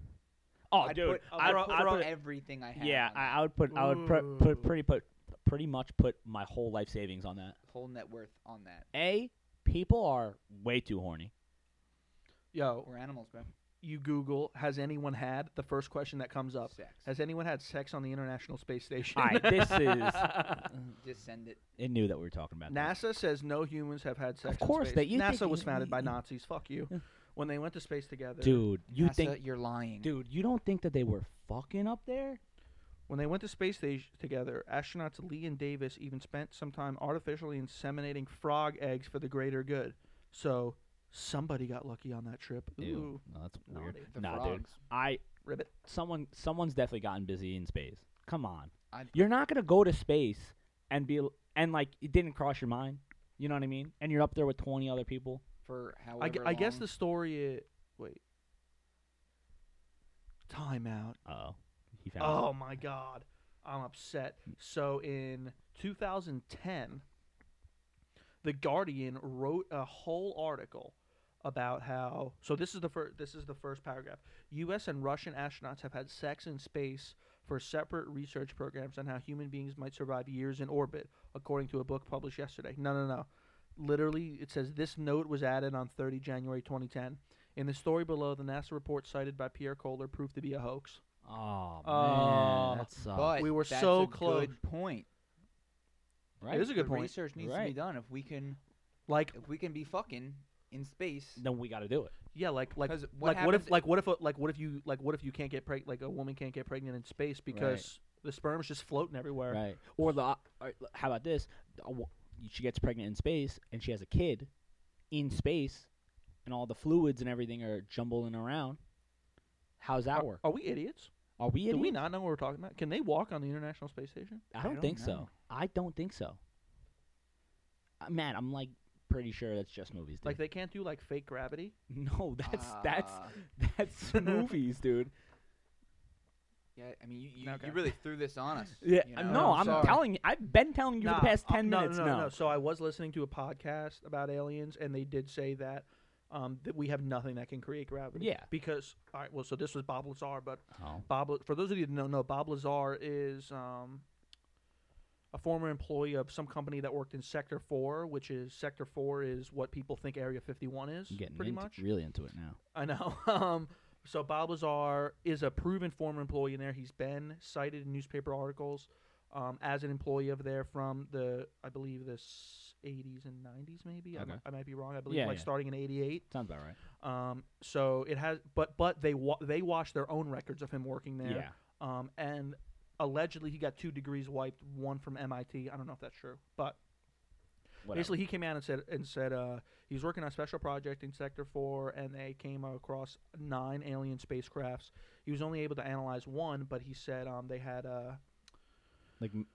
B: Oh,
C: I'd
B: dude,
C: put,
B: I,
C: I'd
B: would
C: put,
B: I put,
C: everything I have.
B: yeah,
C: on
B: I,
C: that.
B: I would put, I would put, put
A: Ooh.
B: pretty put pretty much put my whole life savings on that.
C: whole net worth on that.
B: A, people are way too horny.
A: Yo,
C: We're animals, bro.
A: you Google has anyone had the first question that comes up?
C: Sex.
A: Has anyone had sex on the International Space Station?
B: All right, this is.
C: Uh,
A: uh,
C: Just send it.
B: It knew that we were talking about that.
A: NASA says no humans have had sex. in
B: course,
A: space.
B: that you think
A: NASA was
B: you-
A: founded by
B: you-
A: Nazis. Fuck you. When they went to space together,
B: Dude, you
C: NASA,
B: think,
C: you're lying?
B: dude, you don't think that they were fucking up there?
A: When they went to space station together, astronauts Lee and Davis even spent some time artificially inseminating frog eggs for the greater good. So somebody got lucky on that trip. Ooh,
B: Ew, no, that's weird.
A: Naughty.
C: The
B: nah, dude,
C: frogs.
B: I
A: ribbit.
B: someone someone's definitely gotten busy in space. Come on,
C: I'd-
B: you're not gonna go to space and be l- and like it didn't cross your mind. You know what I mean? And you're up there with 20 other people.
C: For however
A: I, gu- I guess
C: long.
A: the story. i wait. Time out.
B: Oh, he found.
A: Oh my god, I'm upset. So in 2010, the Guardian wrote a whole article about how. So this is the first. This is the first paragraph. U.S. and Russian astronauts have had sex in space for separate research programs on how human beings might survive years in orbit, according to a book published yesterday. No, no, no. Literally, it says this note was added on 30 January 2010. In the story below, the NASA report cited by Pierre Kohler proved to be a hoax.
B: Oh
A: Oh,
B: man, that sucks.
C: But
A: we were
C: that's
A: so
C: a
A: close.
C: Good point.
B: right?
A: It is a good
C: the
A: point.
C: Research needs to be
B: Right.
C: done. If we can,
A: Like
C: if we can be fucking in space,
B: then we got to do it.
A: Yeah, like like
C: 'Cause what
A: like what if
C: happens-
A: like what if a, like what if you like what if you can't get pregnant like a woman can't get pregnant in space because the sperm is just floating everywhere.
B: Right. Or the or, how about this? A wo- She gets pregnant in space and she has a kid in space, and all the fluids and everything are jumbling around. How's that
A: Are,
B: work?
A: are we idiots?
B: Are we?
A: Do we
B: idiots?
A: not know what we're talking about? Can they walk on the International Space Station?
B: I don't
C: don't
B: think so.
C: know.
B: I don't think so. Uh, man, I'm like pretty sure that's just movies. Dude.
A: Like they can't do like fake gravity?
B: no, that's that's
C: Ah.
B: that's movies, dude.
C: yeah. I mean, you, you,
A: Okay.
C: you really threw this on us.
B: Yeah,
C: you
B: uh,
C: know?
B: no,
A: No,
B: I'm
A: sorry.
B: telling you. I've been telling you for
A: Nah,
B: the past
A: uh,
B: ten
A: no,
B: minutes
A: No,
B: now.
A: no, no. So I was listening to a podcast about aliens and they did say that um, that we have nothing that can create gravity.
B: Yeah.
A: Because all right, well so this was Bob Lazar, but
B: Oh.
A: Bob, for those of you that don't know, Bob Lazar is um, a former employee of some company that worked in Sector Four, which is Sector Four is what people think Area 51 is,
B: I'm getting
A: pretty
B: into,
A: much.
B: really into it now.
A: I know. Um, so Bob Lazar is a proven former employee in there. He's been cited in newspaper articles um, as an employee of there from the, I believe, the s- 80s and 90s, maybe. I
B: Okay.
A: mi- I, might be wrong. I believe
B: Yeah,
A: like
B: yeah.
A: starting in 88.
B: Sounds about right.
A: Um, so it has, but but they wa- they wash their own records of him working there.
B: Yeah.
A: Um, and allegedly he got two degrees wiped, one from MIT. I don't know if that's true, but
B: Whatever.
A: Basically, he came out and said and said uh, he was working on a special project in Sector Four, and they came across nine alien spacecrafts. He was only able to analyze one, but he said um, they had a
B: like m-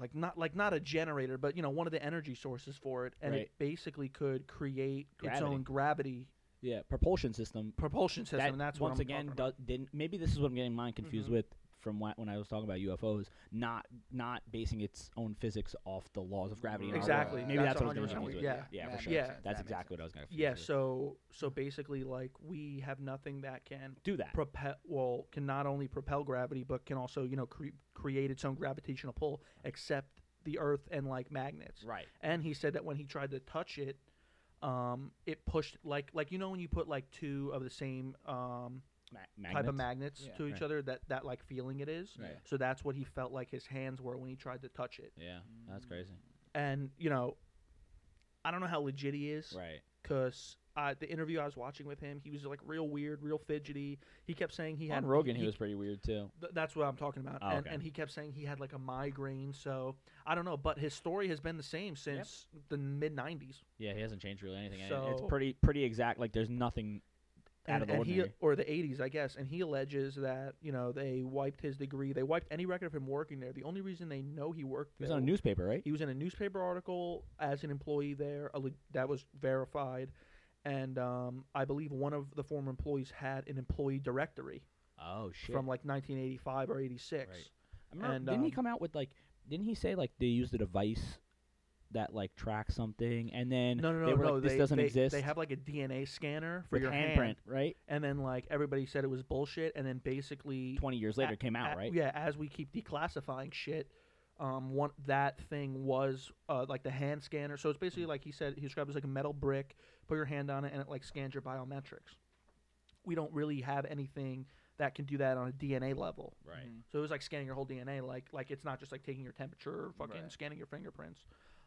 A: like not like not a generator, but you know one of the energy sources for it, and it
B: Right.
A: basically could create its
B: Gravity.
A: own gravity
B: yeah, propulsion system.
A: propulsion system.
B: That,
A: and that's what
B: once
A: I'm
B: again
A: talking about. Mm-hmm.
B: do, didn't. Maybe this is what I'm getting mine confused with from wh- when I was talking about UFOs. Not not basing its own physics off the laws of gravity. in our world.
A: Exactly,
B: Maybe
A: that's
B: that's, what I was
A: 100%
B: getting confused with.
A: yeah.
B: Yeah,
C: That
B: for sure.
A: makes
C: sense, that
B: That's
C: makes
B: exactly what I was going to.
A: yeah. So so basically, like we have nothing that can
B: do that.
A: propel well can not only propel gravity but can also you know cre- create its own gravitational pull except the earth and like magnets
B: Right.
A: and he said that when he tried to touch it um it pushed like like you know when you put like two of the same um
B: Ma-
A: type of
B: magnets.
A: magnets
C: Yeah.
A: to each
B: Right.
A: other that that like feeling it is
B: Right.
A: so that's what he felt like his hands were when he tried to touch it
B: Yeah, that's crazy.
A: and you know i don't know how legit he is
B: Right.
A: because uh, the interview I was watching with him, he was like real weird, real fidgety. He kept saying he had
B: On Rogan, he
A: he-
B: was pretty weird too.
A: Th- that's what I'm talking about.
B: Oh,
A: and,
B: okay.
A: and he kept saying he had like a migraine. So I don't know, but his story has been the same since the mid 90s.
B: Yeah, he hasn't changed really anything. and it's
A: So-
B: pretty pretty exact. Like there's nothing out
A: And,
B: of the
A: and he
B: ordinary.
A: or the 80s, I guess. And he alleges that you know they wiped his degree. They wiped any record of him working there. The only reason they know he worked
B: He was
A: there
B: on a newspaper, right?
A: uh, He was in a newspaper article as an employee there a le- that was verified. And um, I believe one of the former employees had an employee directory
B: Oh shit!
A: from like 1985 or 86.
B: Right. I remember,
A: and,
B: didn't he
A: um,
B: come out with like? Didn't he say like they used a device that like tracks something, and then
A: No, no, no,
B: they were
A: no.
B: like, this
A: they,
B: doesn't
A: they,
B: exist.
A: They have like a DNA scanner for
B: with
A: your
B: handprint,
A: hand,
B: right?
A: and then like everybody said it was bullshit, and then basically
B: Twenty years later,
A: a-
B: it came out,
A: a-
B: right?
A: Yeah, as we keep declassifying shit, um, one that thing was uh, like the hand scanner. So it's basically like he said he described it as like a metal brick. Put your hand on it, and it like scans your biometrics. We don't really have anything that can do that on a DNA level.
B: Right.
A: So it was like scanning your whole DNA, like like it's not just like taking your temperature or fucking
C: Right.
A: scanning your fingerprints.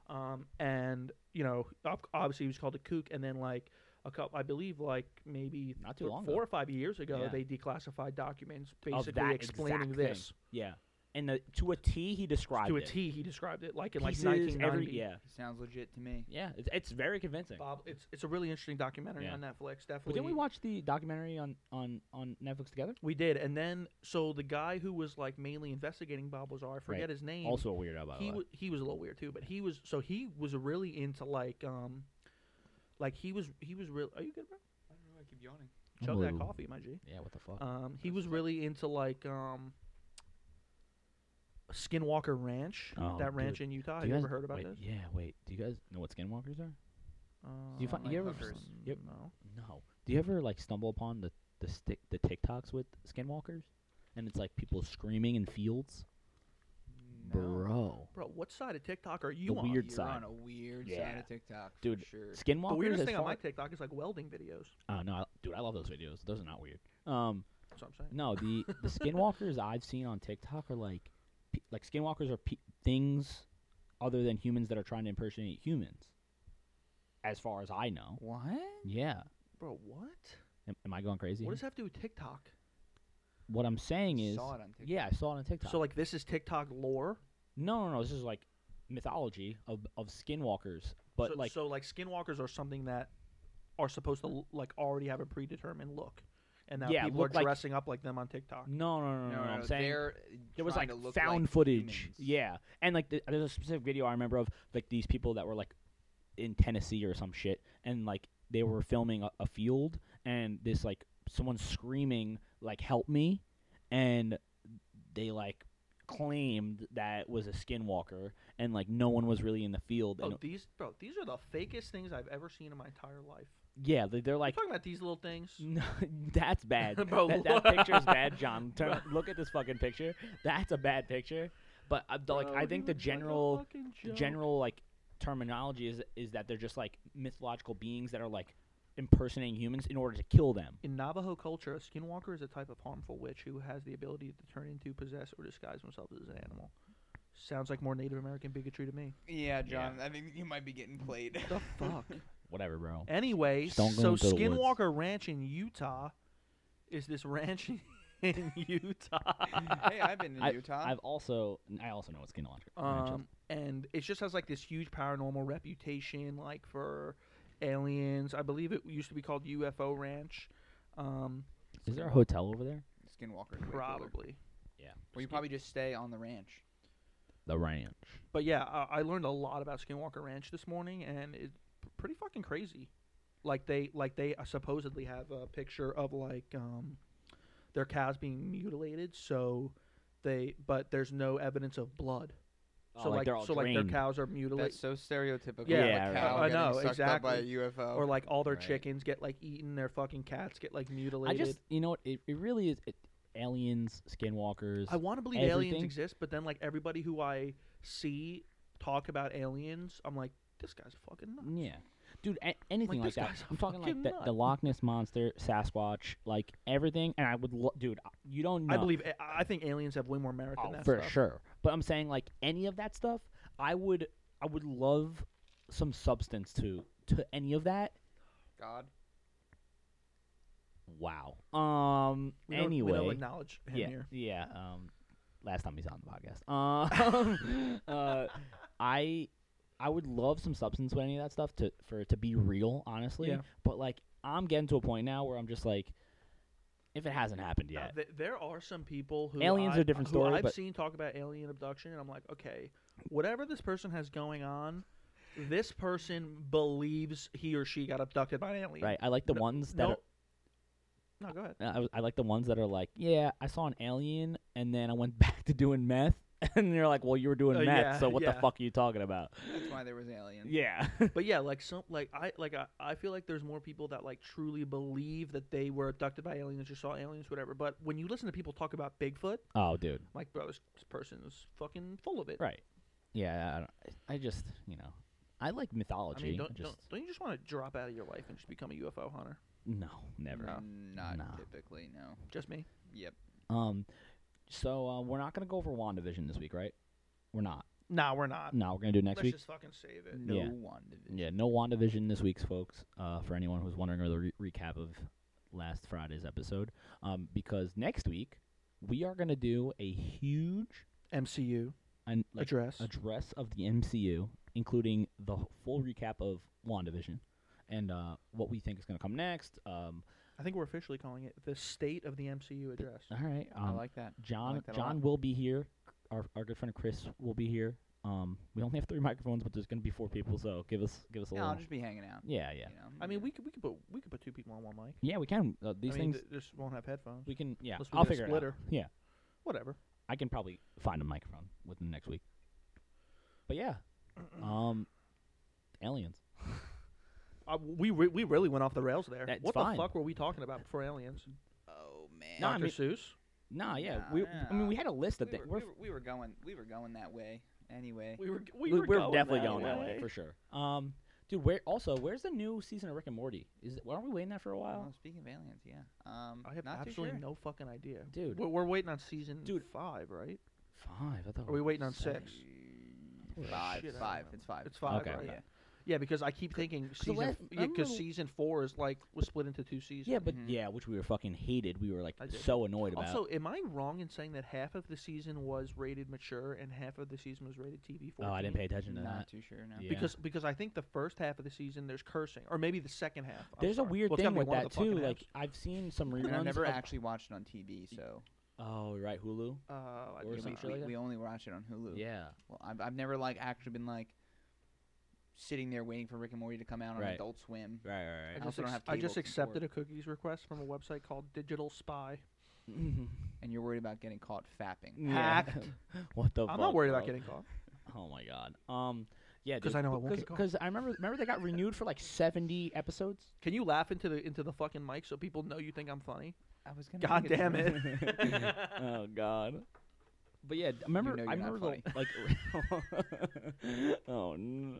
A: Um, and you know, ob- obviously he was called a kook, and then like a couple, I believe, like maybe
B: Not too
A: th-
B: long
A: four
B: ago.
A: or five years ago,
B: Yeah.
A: they declassified documents,
B: Of
A: basically
B: that
A: explaining
B: exact thing.
A: this
B: Yeah. And the, to a T, he described
A: to a
B: it.
A: T. He described it like in
B: Pieces,
A: like
B: every-
A: 1990.
B: yeah,
C: He sounds legit to me.
B: yeah. It's, it's very convincing.
A: Bob, it's it's a really interesting documentary
B: Yeah.
A: on Netflix. Definitely,
B: But didn't we watch the documentary on on on Netflix together?
A: We did, and then so the guy who was like mainly investigating Bob Lazar, I forget his name.
B: Also a weirdo, by the
A: he
B: way.
A: wa- he was a little weird too, but he was so he was really into like um, like he was he was real. Are you good, bro?
C: I don't know. I keep yawning.
A: Chug that
B: Unbelievable.
A: coffee, my G.
B: yeah, what the fuck?
A: Um, he was really into like um, Skinwalker Ranch,
B: Oh,
A: that
B: dude.
A: ranch in Utah. Have
B: Do
A: Uh, you,
B: guys-
A: ever heard about
B: wait,
A: this?
B: Yeah, wait. Do you guys know what skinwalkers are?
A: Um,
B: Do you find
C: like
B: you ever
C: hookers.
B: Yep.
A: No.
B: No. Do you ever like stumble upon the the stick the TikToks with skinwalkers, and it's like people screaming in fields,
C: No.
B: bro.
A: Bro, what side of TikTok are you
B: The
A: on?
B: weird
C: You're
B: side.
C: on a weird side
B: Yeah.
C: of TikTok, for
B: Dude,
C: Sure.
B: Skinwalkers.
A: the weirdest
B: as
A: thing on
B: far-
A: my TikTok is like welding videos.
B: Oh no, I, dude, I love those videos. Those are not weird. Um,
A: That's what I'm saying.
B: no, the the skinwalkers I've seen on TikTok are like, pe- like skinwalkers are pe- things other than humans that are trying to impersonate humans. As far as I know.
C: What?
B: Yeah.
A: Bro, what?
B: Am, am I going crazy?
A: What
B: here?
A: does that have to do with TikTok?
B: what I'm saying is,
C: Saw it on TikTok.
B: yeah, I saw it on TikTok.
A: So like this is TikTok lore.
B: No, no, no. This is like mythology of of skinwalkers, but
A: so,
B: like
A: so like skinwalkers are something that are supposed to l- like already have a predetermined look, and now
B: Yeah,
A: people are
B: look like-
A: dressing up like them on TikTok.
B: no, no, no, no. no, I'm saying
C: they're
B: there was
C: trying
B: like
C: to look
B: found
C: like
B: footage.
C: humans.
B: Yeah, and like th- there's a specific video I remember of like these people that were like in Tennessee or some shit, and like they were filming a, a field, and this like someone screaming like "Help me," and they like claimed that it was a skinwalker, and like no one was really in the field, and
A: Bro,
C: Oh,
A: these bro, these are the fakest things I've ever seen in my entire life.
B: yeah, they, they're
A: Like
B: like.
A: talking about these little things.
B: No, that's bad.
A: Bro,
B: that, that
A: what?
B: picture's bad, John. Turn, look at this fucking picture. That's a bad picture. But I, like,
A: Bro,
B: I
A: he
B: think the
A: looks like a
B: general
A: fucking
B: the
A: joke.
B: general like terminology is is that they're just like mythological beings that are like impersonating humans in order to kill them.
A: In Navajo culture, a skinwalker is a type of harmful witch who has the ability to turn into, possess, or disguise themselves as an animal. Sounds like more Native American bigotry to me.
C: Yeah, John. I think you might be getting played.
A: The fuck.
B: Whatever, bro.
A: anyway,
B: Just don't go
A: so
B: into the woods.
A: Skinwalker Ranch in Utah is this ranch in Utah,
C: hey, I've been in
B: I-
C: Utah.
B: I've also I also know what skinwalker.
A: um, and it just has like this huge paranormal reputation, like for aliens. I believe it used to be called UFO Ranch. Um,
B: is there a hotel over there?
C: Skinwalker.
A: probably.
B: Yeah.
C: Well, you probably just stay on the ranch.
B: the ranch.
A: But yeah, I, I learned a lot about Skinwalker Ranch this morning, and it's p- pretty fucking crazy. Like they like they uh, supposedly have a picture of like um, their cows being mutilated, so they but there's no evidence of blood.
B: Oh,
A: so like,
B: they're all
A: so like
B: drained.
A: their cows are mutilated,
C: That's so stereotypical.
A: Yeah,
B: Yeah,
C: a
B: right.
C: cow
A: I
C: getting
A: know,
C: sucked up by a
A: exactly.
C: UFO.
A: or like all their
B: Right.
A: chickens get like eaten, their fucking cats get like
B: I
A: mutilated. I
B: just you know what it, it really is it, aliens, skinwalkers.
A: want to believe aliens
B: everything-
A: exist, but then like everybody who I see talk about aliens, I'm like, this guy's fucking nuts.
B: yeah. Dude, a- anything like,
A: this
B: that.
A: guy's a
B: I'm talking like
A: fucking
B: the, the
A: nut.
B: Loch Ness monster, Sasquatch, like everything. And I would, lo- dude, I- you don't know.
A: I believe I- I think aliens have way more merit than
B: Oh,
A: that
B: for
A: stuff.
B: sure. But I'm saying like any of that stuff, I would I would love some substance to to any of that.
C: God.
B: Wow. Um.
A: We don't-
B: anyway.
A: we don't acknowledge him
B: yeah.
A: here.
B: Yeah. Um. Last time he's on the podcast. Um. uh. I. I would love some substance with any of that stuff to for it to be real, honestly.
A: Yeah.
B: But like, I'm getting to a point now where I'm just like, if it hasn't happened
A: No,
B: yet,
A: th- there are some people who
B: Aliens
A: I,
B: are a different
A: who
B: story,
A: I've
B: but-
A: seen talk about alien abduction, and I'm like, okay, whatever this person has going on, this person believes he or she got abducted by an alien.
B: right? I like the
A: No-
B: ones that
A: No,
B: are,
A: no, go ahead.
B: I, was- I like the ones that are like, yeah, I saw an alien and then I went back to doing meth. And they're like, well, you were doing
A: Uh,
B: meth,
A: yeah,
B: so what the
A: yeah.
B: fuck are you talking about?
C: That's why there was aliens.
B: Yeah.
A: But yeah, like some, like I, like I, I feel like there's more people that like truly believe that they were abducted by aliens or saw aliens, whatever. But when you listen to people talk about Bigfoot,
B: oh, dude.
A: I'm like, bro, this this person's fucking full of it.
B: Right. Yeah. I, don't- I just, you know, I like
A: I
B: mythology.
A: mean, don't,
B: I just
A: don't, don't you just want to drop out of your life and just become a UFO hunter?
B: no, never.
C: Not
B: Nah.
C: typically, no.
A: Just me.
C: Yep.
B: Um, so uh, we're not gonna go over Wandavision this week, right? We're not.
A: Nah, we're not.
B: No, we're gonna do it next
A: Let's
B: week.
A: just fucking save it.
C: No
B: Yeah.
C: one division.
B: Yeah, no WandaVision this week's folks. Uh, for anyone who's wondering, or the re- recap of last Friday's episode, um, because next week we are gonna do a huge
A: MCU
B: an, like, uh,
A: address.
B: address of the MCU, including the wh- full recap of WandaVision and uh, what we think is gonna come next. Um,
A: I think we're officially calling it the state of the MCU address.
B: all right,
C: I
B: um,
C: like that.
B: John
C: like that a lot.
B: John will be here. Our our good friend Chris will be here. Um, we only have three microphones, but there's gonna be four people, so give us give us a
C: Yeah, I'll
B: little.
C: just be hanging out.
B: yeah, yeah,
C: you know?
A: I mean, we could we could put we could put two people on one mic.
B: yeah. We can uh, these
A: I mean,
B: things.
A: th- this won't have headphones.
B: we can yeah.
A: Unless we
B: I'll
A: get a
B: figure it
A: splitter.
B: out. Yeah,
A: Whatever.
B: I can probably find a microphone within the next week. But yeah, um, aliens.
A: Uh, we re- we really went off the rails there.
B: That's
A: what
B: fine.
A: the fuck were we talking about before aliens?
C: Oh man.
B: No, I
A: Dr.
B: mean-
A: Seuss.
B: Nah, yeah.
C: Nah,
B: we I mean
C: nah.
B: we had a list
C: we,
B: of
C: were,
B: things.
C: we, were, we were going. We were going that way anyway.
A: We were
B: eh, we
A: we were,
B: are definitely
A: that
B: going that way for sure. Um, dude, where also where's the new season of Rick and Morty? Is it, aren't we waiting that for a
C: Well,
B: while?
C: speaking of aliens, yeah. Um,
A: I have
C: not too
A: absolutely
C: sure.
A: no fucking idea.
B: Dude.
A: we're, we're waiting on season
B: Dude. Oh,
A: five, right?
B: Five. I thought
A: Are we waiting on six?
C: Uh,
B: Holy
C: Five,
A: shit, I don't
C: five.
A: remember.
C: It's five.
A: It's five,
B: Okay.
A: right?
C: Yeah.
A: Yeah, because I keep thinking
B: the
A: season
B: last-
A: f-
B: I
A: yeah,
B: remember-
A: because season four is like was split into two seasons.
B: Yeah, but
C: Mhm.
B: yeah, which we were fucking hated. We were like
A: Mm-hmm. I did.
B: so annoyed about.
A: Also, am I wrong in saying that half of the season was rated mature and half of the season was rated TV? 14?
B: oh, I didn't pay attention to
C: Not
B: that.
C: too sure. No.
B: Yeah.
A: Because because I think the first half of the season there's cursing, or maybe the second half. I'm
B: There's a
A: sorry.
B: weird
A: Well, it's
B: thing
A: gotta be
B: with
A: one of
B: that
A: the fucking
B: too. Like
A: halves.
B: I've seen some reruns.
C: And I never
B: of-
C: actually watched it on TV, so
B: Oh, you're right, Hulu.
A: uh, I
B: or
A: did
C: we,
B: some
A: not.
B: shit like
C: we,
B: that?
C: we only watch it on Hulu.
B: Yeah.
C: Well, I've, I've never like actually been like sitting there waiting for Rick and Morty to come out on
B: Right.
C: Adult Swim.
B: Right,
A: I
B: right,
A: just,
C: also don't
A: ex-
C: have
A: I just
C: cable to support.
A: accepted a cookies request from a website called Digital Spy.
B: right.
C: and you're worried about getting caught fapping.
B: Yeah.
A: Hacked.
B: what the?
A: I'm
B: fuck,
A: not worried
B: bro?
A: about getting caught.
B: Oh my god. Um. Yeah.
A: 'Cause
B: dude,
A: I know I won't get caught.
B: Because I remember remember they got renewed for like 70 episodes.
A: Can you laugh into the into the fucking mic so people know you think I'm funny?
C: I was gonna.
A: God
C: make a
A: damn
C: joke.
A: it!
B: oh god. but yeah, remember
C: know
B: I
C: you're not
B: remember the, like oh no.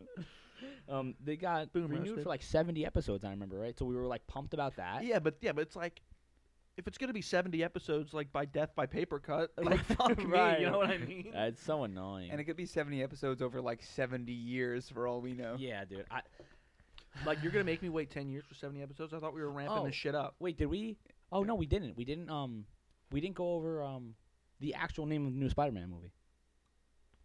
B: Um, they got
A: Boom
B: renewed
A: roasted.
B: for like seventy episodes. I remember right, so we were like pumped about that.
A: Yeah, but yeah, but it's like if it's gonna be seventy episodes, like by death by paper cut, like fuck me,
B: Right.
A: you know what I mean?
B: That's so annoying.
C: And it could be 70 episodes over like 70 years for all we know.
B: yeah, dude. I,
A: like you're gonna make me wait ten years for seventy episodes? I thought we were ramping
B: Oh.
A: this shit up.
B: wait, did we? Oh no, we didn't. We didn't. Um, we didn't go over um the actual name of the new Spider-Man movie.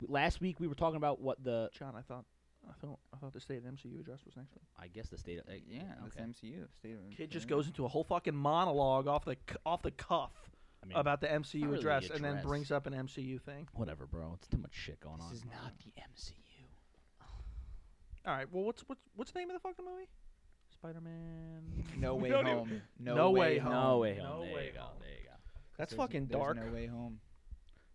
B: W- Last week we were talking about what the
A: John, I thought, I thought, I thought the state of MCU address was next week.
B: I guess the state. Of, uh,
C: Yeah, that's
B: okay.
C: MCU. Steven.
A: Kid just goes into a whole fucking monologue off the c- off the cuff
B: I mean,
A: about the MCU
B: really
A: address, and then
B: address.
A: brings up an MCU thing.
B: whatever, bro. It's too much shit going on.
C: This is not the MCU.
A: All right, well, what's what's what's the name of the fucking movie? Spider Man.
C: No way
A: don't even-
C: home. No,
A: No
C: way,
A: Way
C: home.
B: No way
A: No
B: home. there
A: way
B: you go.
A: home.
B: There you go.
A: That's
C: There's-
A: fucking
C: there's
A: dark.
C: No way home.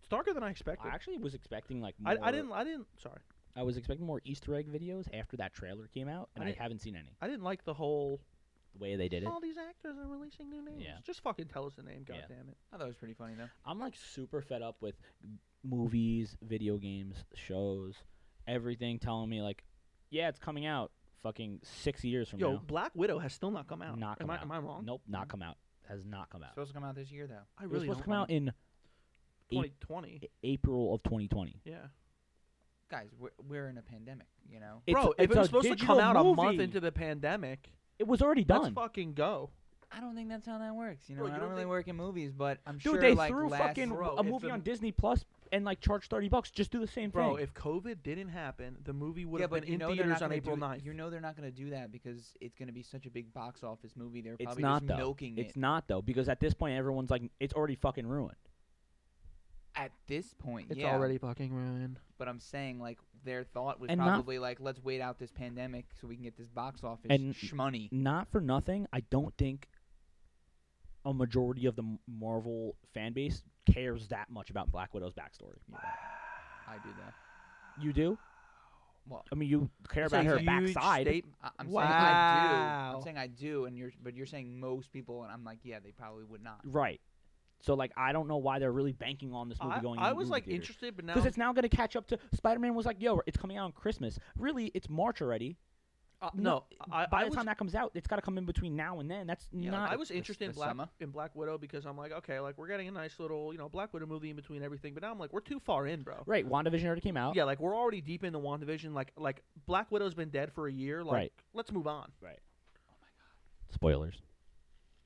A: It's darker than I expected.
B: I actually was expecting like more,
A: I, I didn't I didn't sorry
B: I was expecting more Easter egg videos after that trailer came out, and
A: I
B: I,
A: didn't-
B: haven't seen any.
A: I didn't like the whole
B: The way they did it,
A: all these actors are releasing new names.
B: Yeah.
A: Just fucking tell us the name,
B: Yeah.
A: goddammit. it.
C: I thought it was pretty funny though.
B: I'm like super fed up with m- movies, video games, shows, everything telling me like, yeah, it's coming out fucking six years from
A: Yo,
B: now.
A: Black Widow has still not come out.
B: Not come
A: am, I,
B: out.
A: am I wrong?
B: Nope, not come out. Has not come
C: It's
B: out.
C: supposed to come out this year though.
A: I
B: it was
A: really
B: supposed
A: don't
B: to come out
A: want
B: in
A: it. 2020.
B: A- April of 2020.
A: Yeah.
C: Guys, we're, we're in a pandemic. You know.
B: It's,
A: Bro,
B: a-
A: if
B: it's
A: it
B: a
A: was supposed to come
B: digital
A: out a month
B: movie.
A: into the pandemic,
B: it was already
A: let's
B: done.
A: fucking go.
C: I don't think that's how that works. You know,
A: Bro, you
C: I don't,
A: don't
C: really
A: think-
C: work in movies, but I'm
B: Dude,
C: sure
B: they
C: like
B: threw
C: last
B: fucking
A: Bro,
B: a
A: if
B: movie
A: the-
B: on Disney Plus and like charge 30 bucks. Just do the same
A: Bro,
B: thing.
A: if COVID didn't happen, the movie would
C: yeah,
A: have
C: but
A: been
C: you
A: in
C: know they're
A: theaters
C: not
A: on
C: gonna
A: April
C: do,
A: 9th.
C: You know they're not going to do that because it's going to be such a big box office movie. They're
B: It's
C: probably
B: not,
C: just
B: though.
C: milking
B: It's
C: it
B: not though, because at this point everyone's like, it's already fucking ruined.
C: at this point.
A: it's
C: yeah,
A: already fucking ruined.
C: but I'm saying like their thought was
B: And not-
C: probably like, let's wait out this pandemic so we can get this box office
B: And-
C: shmoney.
B: Not for nothing, I don't think a majority of the M- Marvel fan base cares that much about Black Widow's backstory.
C: I do that.
B: You do?
C: Well,
B: I mean, you care
A: It's
B: about
A: a
B: her
A: huge
B: backside.
A: state-
C: I, I'm saying I do.
A: Wow.
C: I'm saying I do, and you're but you're saying most people, and I'm like, yeah, they probably would not.
B: right. So like, I don't know why they're really banking on this movie
A: I,
B: going.
A: I was like interested, but now
B: Because it's now going to catch up to Spider-Man was like, "Yo, it's coming out on Christmas." Really, it's March already.
A: uh, no. I,
B: By
A: I
B: the
A: was,
B: time that comes out, it's got to come in between now and then. That's
C: Yeah,
B: not.
A: I was
C: this-
A: interested in
C: this
A: Black
C: summer.
A: in Black Widow because I'm like, okay, like we're getting a nice little, you know, Black Widow movie in between everything. But now I'm like, we're too far in, bro.
B: right. WandaVision already came out.
A: Yeah, like we're already deep into WandaVision. Like, like Black Widow's been dead for a year. Like,
B: Right.
A: let's move on.
B: Spoilers.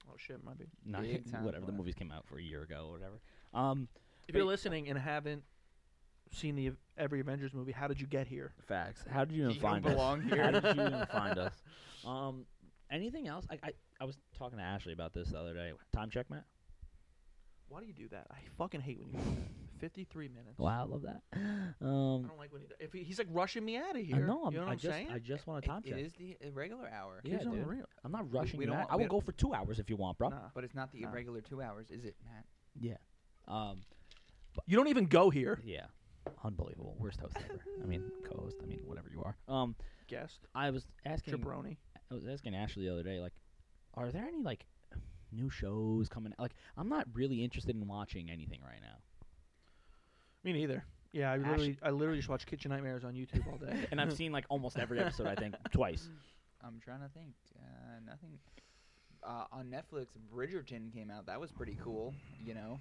A: Oh shit, might be.
B: not
C: Big time
B: whatever the
C: spoiler.
B: movies came out for a year ago or whatever. Um,
A: If you're listening and haven't seen the every Avengers movie, how did you get here?
B: facts. How did you even
C: You don't
B: find us?
C: belong
B: How
C: here.
B: did you even find us? Um, anything else? I, I I was talking to Ashley about this the other day. Time check, Matt.
A: Why do you do that? I fucking hate when you do that. 53 minutes.
B: Wow, I love that.
A: I
B: Um,
A: don't like when he, if he, he's like rushing me out of
B: I
A: here.
B: know. I'm,
A: you know what
B: I
A: am
B: just
A: saying?
B: I just want a
C: It-
B: time check.
C: it is the irregular hour,
B: Yeah,
A: It's
B: dude.
A: unreal.
B: I'm not rushing
C: we
B: you
C: don't
B: out.
C: want-
B: I
C: we
B: will go for two hours if you want, bro.
A: Nah.
C: but it's not the
A: Nah.
C: irregular two hours, is it, Matt?
B: Yeah. Um,
A: You don't even go here.
B: yeah. Unbelievable. Worst host ever. I mean, co-host. I mean, whatever you are. Um,
A: Guest.
B: I was asking.
A: Jabroni.
B: I was asking Ashley the other day, like, are there any like new shows coming? Like, I'm not really interested in watching anything right now,
A: Me neither. Yeah, I
B: Ash-
A: literally, I literally just watch Kitchen Nightmares on YouTube all day.
B: and I've seen like almost every episode. I think twice.
C: I'm trying to think. Uh, nothing. Uh, on Netflix, Bridgerton came out. That was pretty cool. You know,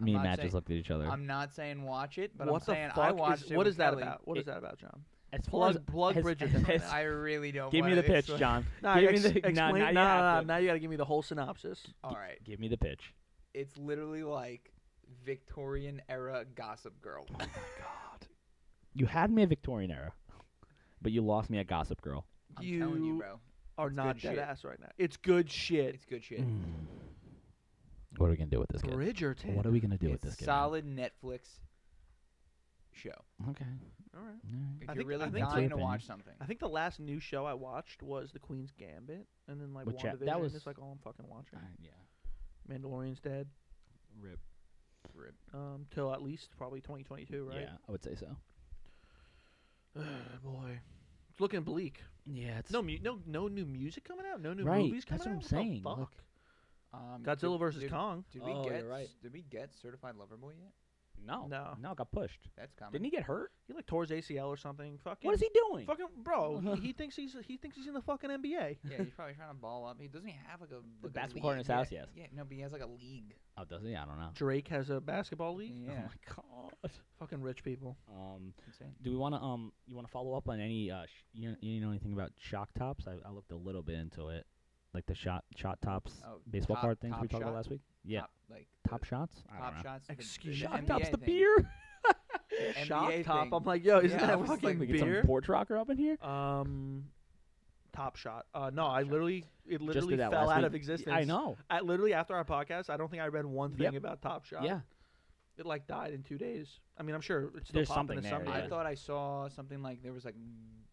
C: I'm
B: Me and
C: not
B: Matt
C: saying-
B: just looked at each other.
C: I'm not saying watch it, but
A: what
C: I'm
A: the
C: saying
A: fuck
C: I
A: is-
C: watched it.
A: What
C: with
A: is that
C: Kelly.
A: about? What is
B: It-
A: that about, John?
B: as far
A: plug- plug
B: as,
A: Bridgerton.
B: as-
C: I really don't.
B: give me
C: wanna
B: the pitch,
C: explain-
B: John.
A: Nah,
B: give
A: ex-
B: me the,
A: explain.
B: nah, now you
A: nah,
B: have
A: nah,
B: to.
A: Now you got to give me the whole synopsis.
C: All right,
B: Give me the pitch.
C: it's literally like Victorian era Gossip Girl.
B: You had me a Victorian era, but you lost me a Gossip Girl.
C: I'm telling you,
A: You-
C: bro,
A: Are
C: It's
A: not
C: good
A: dead
C: shit.
A: ass right now. It's good shit.
C: it's good
B: Mm-hmm.
C: shit.
B: What are we gonna do with this kid?
A: Bridgerton.
B: What are we gonna do with
C: it's
B: this kid? man?
C: solid Netflix show.
B: Okay.
A: All right.
B: All right.
C: If
A: I
C: you're
A: think-
C: really
A: I think-
C: dying to
B: Sleeping.
C: watch something,
A: I think the last new show I watched was The Queen's Gambit, and then like
B: Which, uh,
A: WandaVision.
B: that was-
A: It's like all I'm fucking watching.
B: All right, Yeah.
A: Mandalorian's dead
B: Rip.
A: um, till at least probably 2022, right?
B: Yeah, I would say so.
A: Ugh, boy, it's looking bleak.
B: Yeah. It's
A: No, mu- no, no new music coming out. No new
B: Right,
A: movies coming
B: that's what I'm
A: out.
B: saying,
A: What the
B: look.
A: fuck?
C: um,
A: Godzilla
C: did-
A: versus
C: did,
A: Kong.
C: Did we
B: Oh,
C: get
B: you're right.
C: did we get Certified Lover Boy yet?
B: No,
A: No.
B: no, got pushed.
C: That's coming.
B: Didn't he get hurt?
A: He like tore his ACL or something. Fucking
B: What is he doing?
A: Fucking bro, he, he thinks he's he thinks he's in the fucking NBA.
C: Yeah, he's probably trying to ball up. He doesn't he have like a like a
B: basketball court in
C: league?
B: his house,
C: Yeah,
B: yes.
C: Yeah, no, but he has like a league.
B: Oh, does he? I don't know.
A: Drake has a basketball league.
B: Oh
C: Yeah,
B: my god.
A: Fucking rich people.
B: Um,
C: insane.
B: do we want to um, you want to follow up on any uh, sh- you, you know anything about shock tops? I, I looked a little bit into it, like the shot shot tops,
C: Oh,
B: baseball
C: top-
B: card things we
C: top
B: talked about
C: shot?
B: last week. Yeah,
C: top, like
B: top
C: the
B: shots. I don't
C: top
B: know.
C: shots. the- the-
A: Excuse-
C: the
B: Shock
C: NBA
B: tops, the
C: thing.
B: beer.
C: The
A: Shock
C: NBA
A: top.
C: thing.
A: I'm like, yo, isn't
C: Yeah, I
A: that
C: was
A: fucking
C: like,
B: we get some
A: beer?
B: porch rocker up in here.
A: um, top shot. Uh, no,
C: Top
A: I
C: Shot.
A: literally it
B: Just
A: literally
B: did that
A: fell
B: last
A: out
B: week.
A: of existence.
B: I know.
A: I literally after our podcast, I don't think I read one thing
B: Yep.
A: about Top Shot.
B: Yeah,
A: It like died in two days. I mean, I'm sure it's still
B: There's
A: popping
B: something
A: to
B: there,
A: somebody.
C: I
B: Yeah.
C: thought I saw something like there was like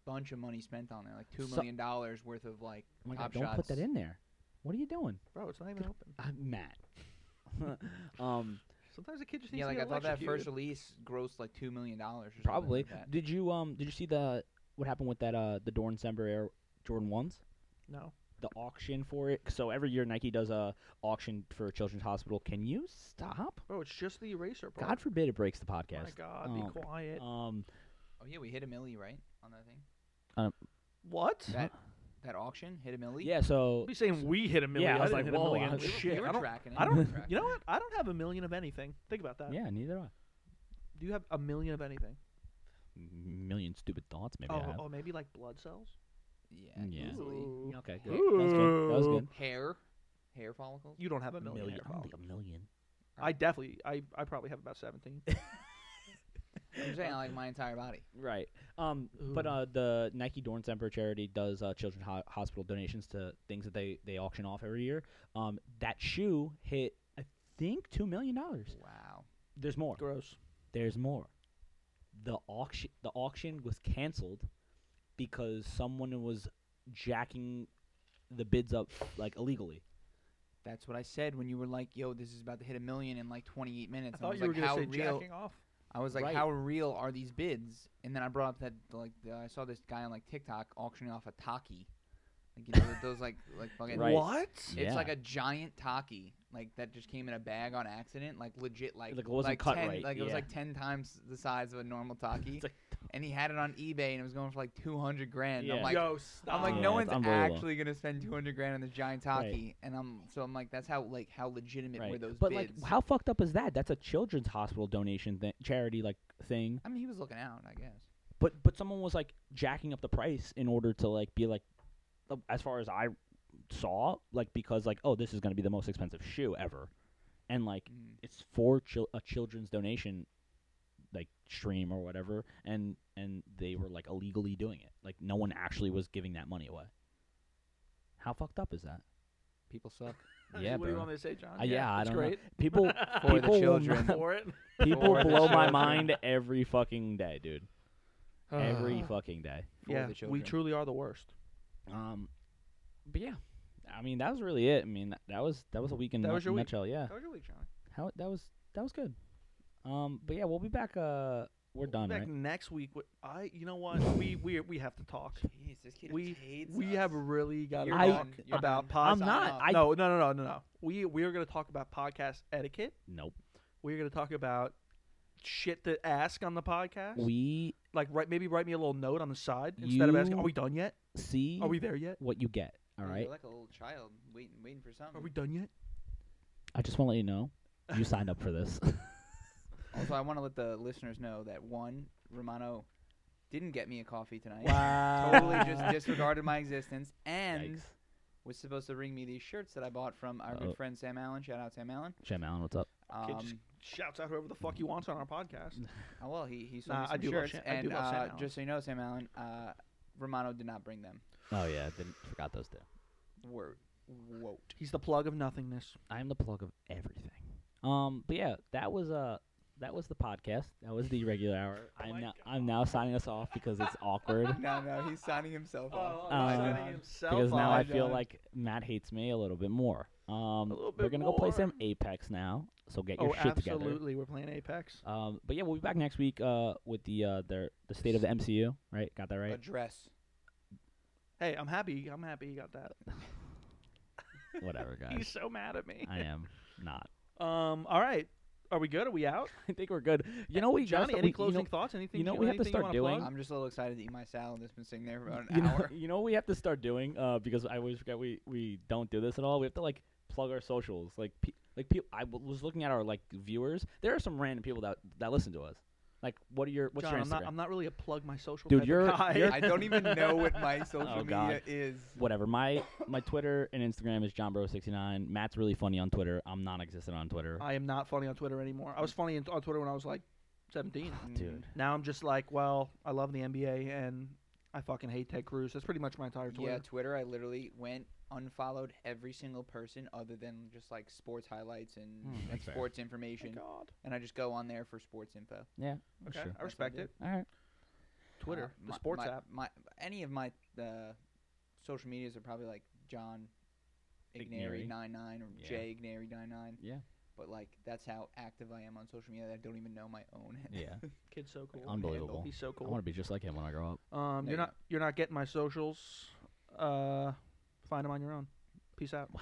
C: bunch of money spent on there, like two
B: So-
C: million dollars worth of like
B: oh my
C: top
B: god, don't
C: shots.
B: put that in there. What are you doing,
A: Bro, it's not even open.
B: uh, Matt? um,
A: Sometimes a kid just needs
C: Yeah,
A: to
C: like I
A: get
C: thought that
A: electrocuted.
C: first release grossed like two million dollars. or something
B: probably.
C: Like that.
B: Did you um, did you see the what happened with that uh, the Dorn Sember Air Jordan ones?
A: No.
B: the auction for it. So every year Nike does a auction for Children's Hospital. Can you stop?
A: Bro, it's just the eraser part.
B: God forbid it breaks the
A: Oh my
B: podcast.
A: God,
B: Um,
A: be quiet.
B: Um,
C: Oh yeah, we hit a milli right on that thing.
A: what?
B: Oh.
C: That that auction hit a milli.
B: yeah. So
A: Don't be saying we hit a million.
B: I was
A: didn't
B: like,
A: hit a
B: whoa,
A: million.
B: I
C: we were,
A: Shit,
C: we were
A: I don't.
C: tracking it.
A: I
C: we were
A: don't-
C: tracking
A: You know
C: it.
A: what? I don't have a million of anything. Think about that.
B: yeah, neither do I.
A: Do you have a million of anything?
B: M- Million stupid thoughts. Maybe I
A: oh,
B: have.
A: oh, maybe like blood cells.
C: Yeah,
B: Mm, Yeah.
C: easily.
A: Ooh.
B: Okay, good. That was good. That was good.
C: Hair, hair follicles.
A: You don't have a million. in
B: Million.
A: your
B: I don't
A: pocket.
B: think a million.
A: I definitely. I, I probably have about seventeen.
C: I'm saying like my entire body.
B: Right. Um, but
A: Ooh.
B: uh, the Nike Dorn Semper charity does uh, children's ho- hospital donations to things that they, they auction off every year. Um, that shoe hit, I think, two million dollars.
C: Wow.
B: There's more.
A: Gross.
B: there's more. The auction the auction was canceled because someone was jacking the bids up like illegally.
C: That's what I said when you were like, "Yo, this is about to hit a million in like 28
A: I
C: minutes." and I
A: thought
C: was
A: you
C: like,
A: were
C: "How
A: gonna say
C: real?"
A: jacking off.
C: I was like,
B: Right.
C: "How real are these bids?" And then I brought up that like the, I saw this guy on like TikTok auctioning off a taki, like you know those like like fucking
B: Right.
A: What?
C: It's like
B: Yeah.
C: a giant taki, like that just came in a bag on accident, like legit, like
B: Like, it wasn't cut
C: ten,
B: right,
C: like it was
B: yeah.
C: like ten times the size of a normal taki,
B: It's like,
C: and he had it on eBay and it was going for like two hundred grand. I'm
B: Yeah.
C: like,
A: Yo, stop.
C: I'm like,
B: Yeah,
C: no
B: it's
C: one's
B: unbelievable.
C: actually gonna spend two hundred grand on this giant
B: Right.
C: taki, and I'm so I'm like, that's how like how legitimate were
B: right.
C: those
B: But
C: bids?
B: like how fucked up is that? That's a children's hospital donation th- charity like thing.
C: I mean, he was looking out, I guess.
B: But but someone was like jacking up the price in order to like be like uh, as far as I saw, like because like oh this is going to be the most expensive shoe ever. And like
C: Mm.
B: it's for chil- a children's donation like stream or whatever and and they were like illegally doing it like no one actually was giving that money away how fucked up is that
C: People suck.
B: yeah
A: what do you
B: bro
A: want me to say, John?
B: Uh, yeah, I
A: it's
B: don't know.
A: great.
B: people
C: For the
B: people will
C: children.
B: not-
A: for it.
B: people
C: For the
B: blow my
C: children.
B: mind every fucking day dude every fucking day
C: for
A: yeah,
C: the
A: we
C: children.
A: truly are the worst.
B: um but yeah i mean that was really it i mean that, that was that was a week in
A: That
B: a
A: was your week.
B: nutshell yeah
A: How was your week, John?
B: how that was that was good um but yeah we'll be back uh we're done
A: Back
B: right
A: next week. wi- I, you know what? we we we have to talk.
C: Jeez, this kid
A: We-
C: hates
A: We
C: us.
A: have really got to
C: You're
A: talk
C: done. You're
A: about
C: done.
B: i'm
A: podcast.
C: Sign
B: not
C: off.
B: i
A: No, no, no, no, no, no. We we are going to talk about podcast etiquette.
B: nope
A: We're going to talk about shit to ask on the podcast.
B: we
A: like write maybe write me a little note on the side instead of asking,
B: You-
A: "Are we done yet?
B: see
A: Are Oh, we there yet?
B: what you get. All
C: You're
B: right.
C: like a little child waiting, waiting for something.
A: Are we done yet?"
B: I just want to let you know you signed up for this.
C: Also, I want to let the listeners know that one Romano didn't get me a coffee tonight.
B: wow.
C: Totally just disregarded my existence and
B: Yikes.
C: was supposed to bring me these shirts that I bought from our
B: Uh-oh.
C: good friend Sam Allen. Shout out Sam Allen.
B: Shem Allen, what's up?
A: Kid
C: Um,
A: just shouts out whoever the fuck he wants on our podcast.
C: oh, well, he he sold
A: Nah,
C: me
A: I
C: some
A: do love
C: shirts,
A: Sha- I do
C: and
A: love Sam
C: uh,
A: Allen.
C: just so you know, Sam Allen, uh, Romano did not bring them.
B: Oh yeah, I didn't forgot those two.
C: Word, woat.
A: He's the plug of nothingness.
B: I am the plug of everything. Um, but yeah, that was uh that was the podcast. That was the regular hour.
A: Oh
B: I'm now I'm now signing us off because it's awkward.
C: No, no, he's signing
A: Oh,
C: himself off.
B: I'm
C: signing
A: Uh, himself
B: Um, Because now I
C: Fine,
B: feel
C: John.
B: like Matt hates me a little bit more. Um,
A: little
B: we're
A: bit
B: gonna go play
A: more.
B: some Apex now. So get your
A: Oh,
B: shit together.
A: absolutely. We're playing Apex.
B: Um, but yeah, we'll be back next week uh, with the uh, the the state of the MCU. Right, got that right.
C: Address.
A: Hey, I'm happy. I'm happy you got that.
B: Whatever, guys.
A: He's so mad at me.
B: I am not.
A: Um. All right. Are we good? Are we out?
B: I think we're good. You know, we
A: Johnny,
B: gotta-
A: any
B: we-
A: closing
B: you know,
A: thoughts? Anything?
B: you know
A: you,
B: we have to
A: anything you
B: start
A: wanna
B: doing-
A: plug?
C: I'm just a little excited to eat my salad that's been sitting there for about an
B: you know,
C: hour.
B: you know what we have to start doing uh, because I always forget we, we don't do this at all. We have to like plug our socials. Like pe- like people, I w- was looking at our like viewers. There are some random people that that listen to us. Like, what are your what's
A: John,
B: your
A: I'm not.
B: Instagram?
A: I'm not really a plug my social.
B: Dude,
A: type of
B: you're-
A: guy.
B: you're-
C: I don't even know what my social
B: Oh, God.
C: media is.
B: Whatever. My my Twitter and Instagram is johnbro69. Matt's really funny on Twitter. I'm non-existent on Twitter.
A: I am not funny on Twitter anymore. I was funny in- on Twitter when I was like 17.
B: Dude.
A: Now I'm just like, well, I love the NBA and I fucking hate Ted Cruz. That's pretty much my entire Twitter.
C: Yeah, Twitter. I literally went unfollowed every single person other than just like sports highlights and
A: Hmm,
C: like,
B: that's fair.
C: sports
A: My
C: information,
A: God.
C: and I just go on there for sports info. Uh,
B: Yeah.
A: Okay,
B: Sure.
A: I respect it.
B: All right.
A: Twitter,
C: Uh,
A: the
C: my-
A: sports
C: my-
A: app.
C: My any of my uh, social medias are probably like John Ignary
B: Ignary.
C: nine nine or
B: Yeah.
C: J Ignary nine nine.
B: Yeah.
C: But like that's how active I am on social media. that I don't even know my own.
B: Yeah.
A: Kid's so cool.
B: Unbelievable.
A: He's so
B: I
A: cool.
B: want to be just like him when I grow up.
A: Um, you're
C: There you
A: not. You're not getting my socials. Uh, find them on your own. Peace out.
B: Wow.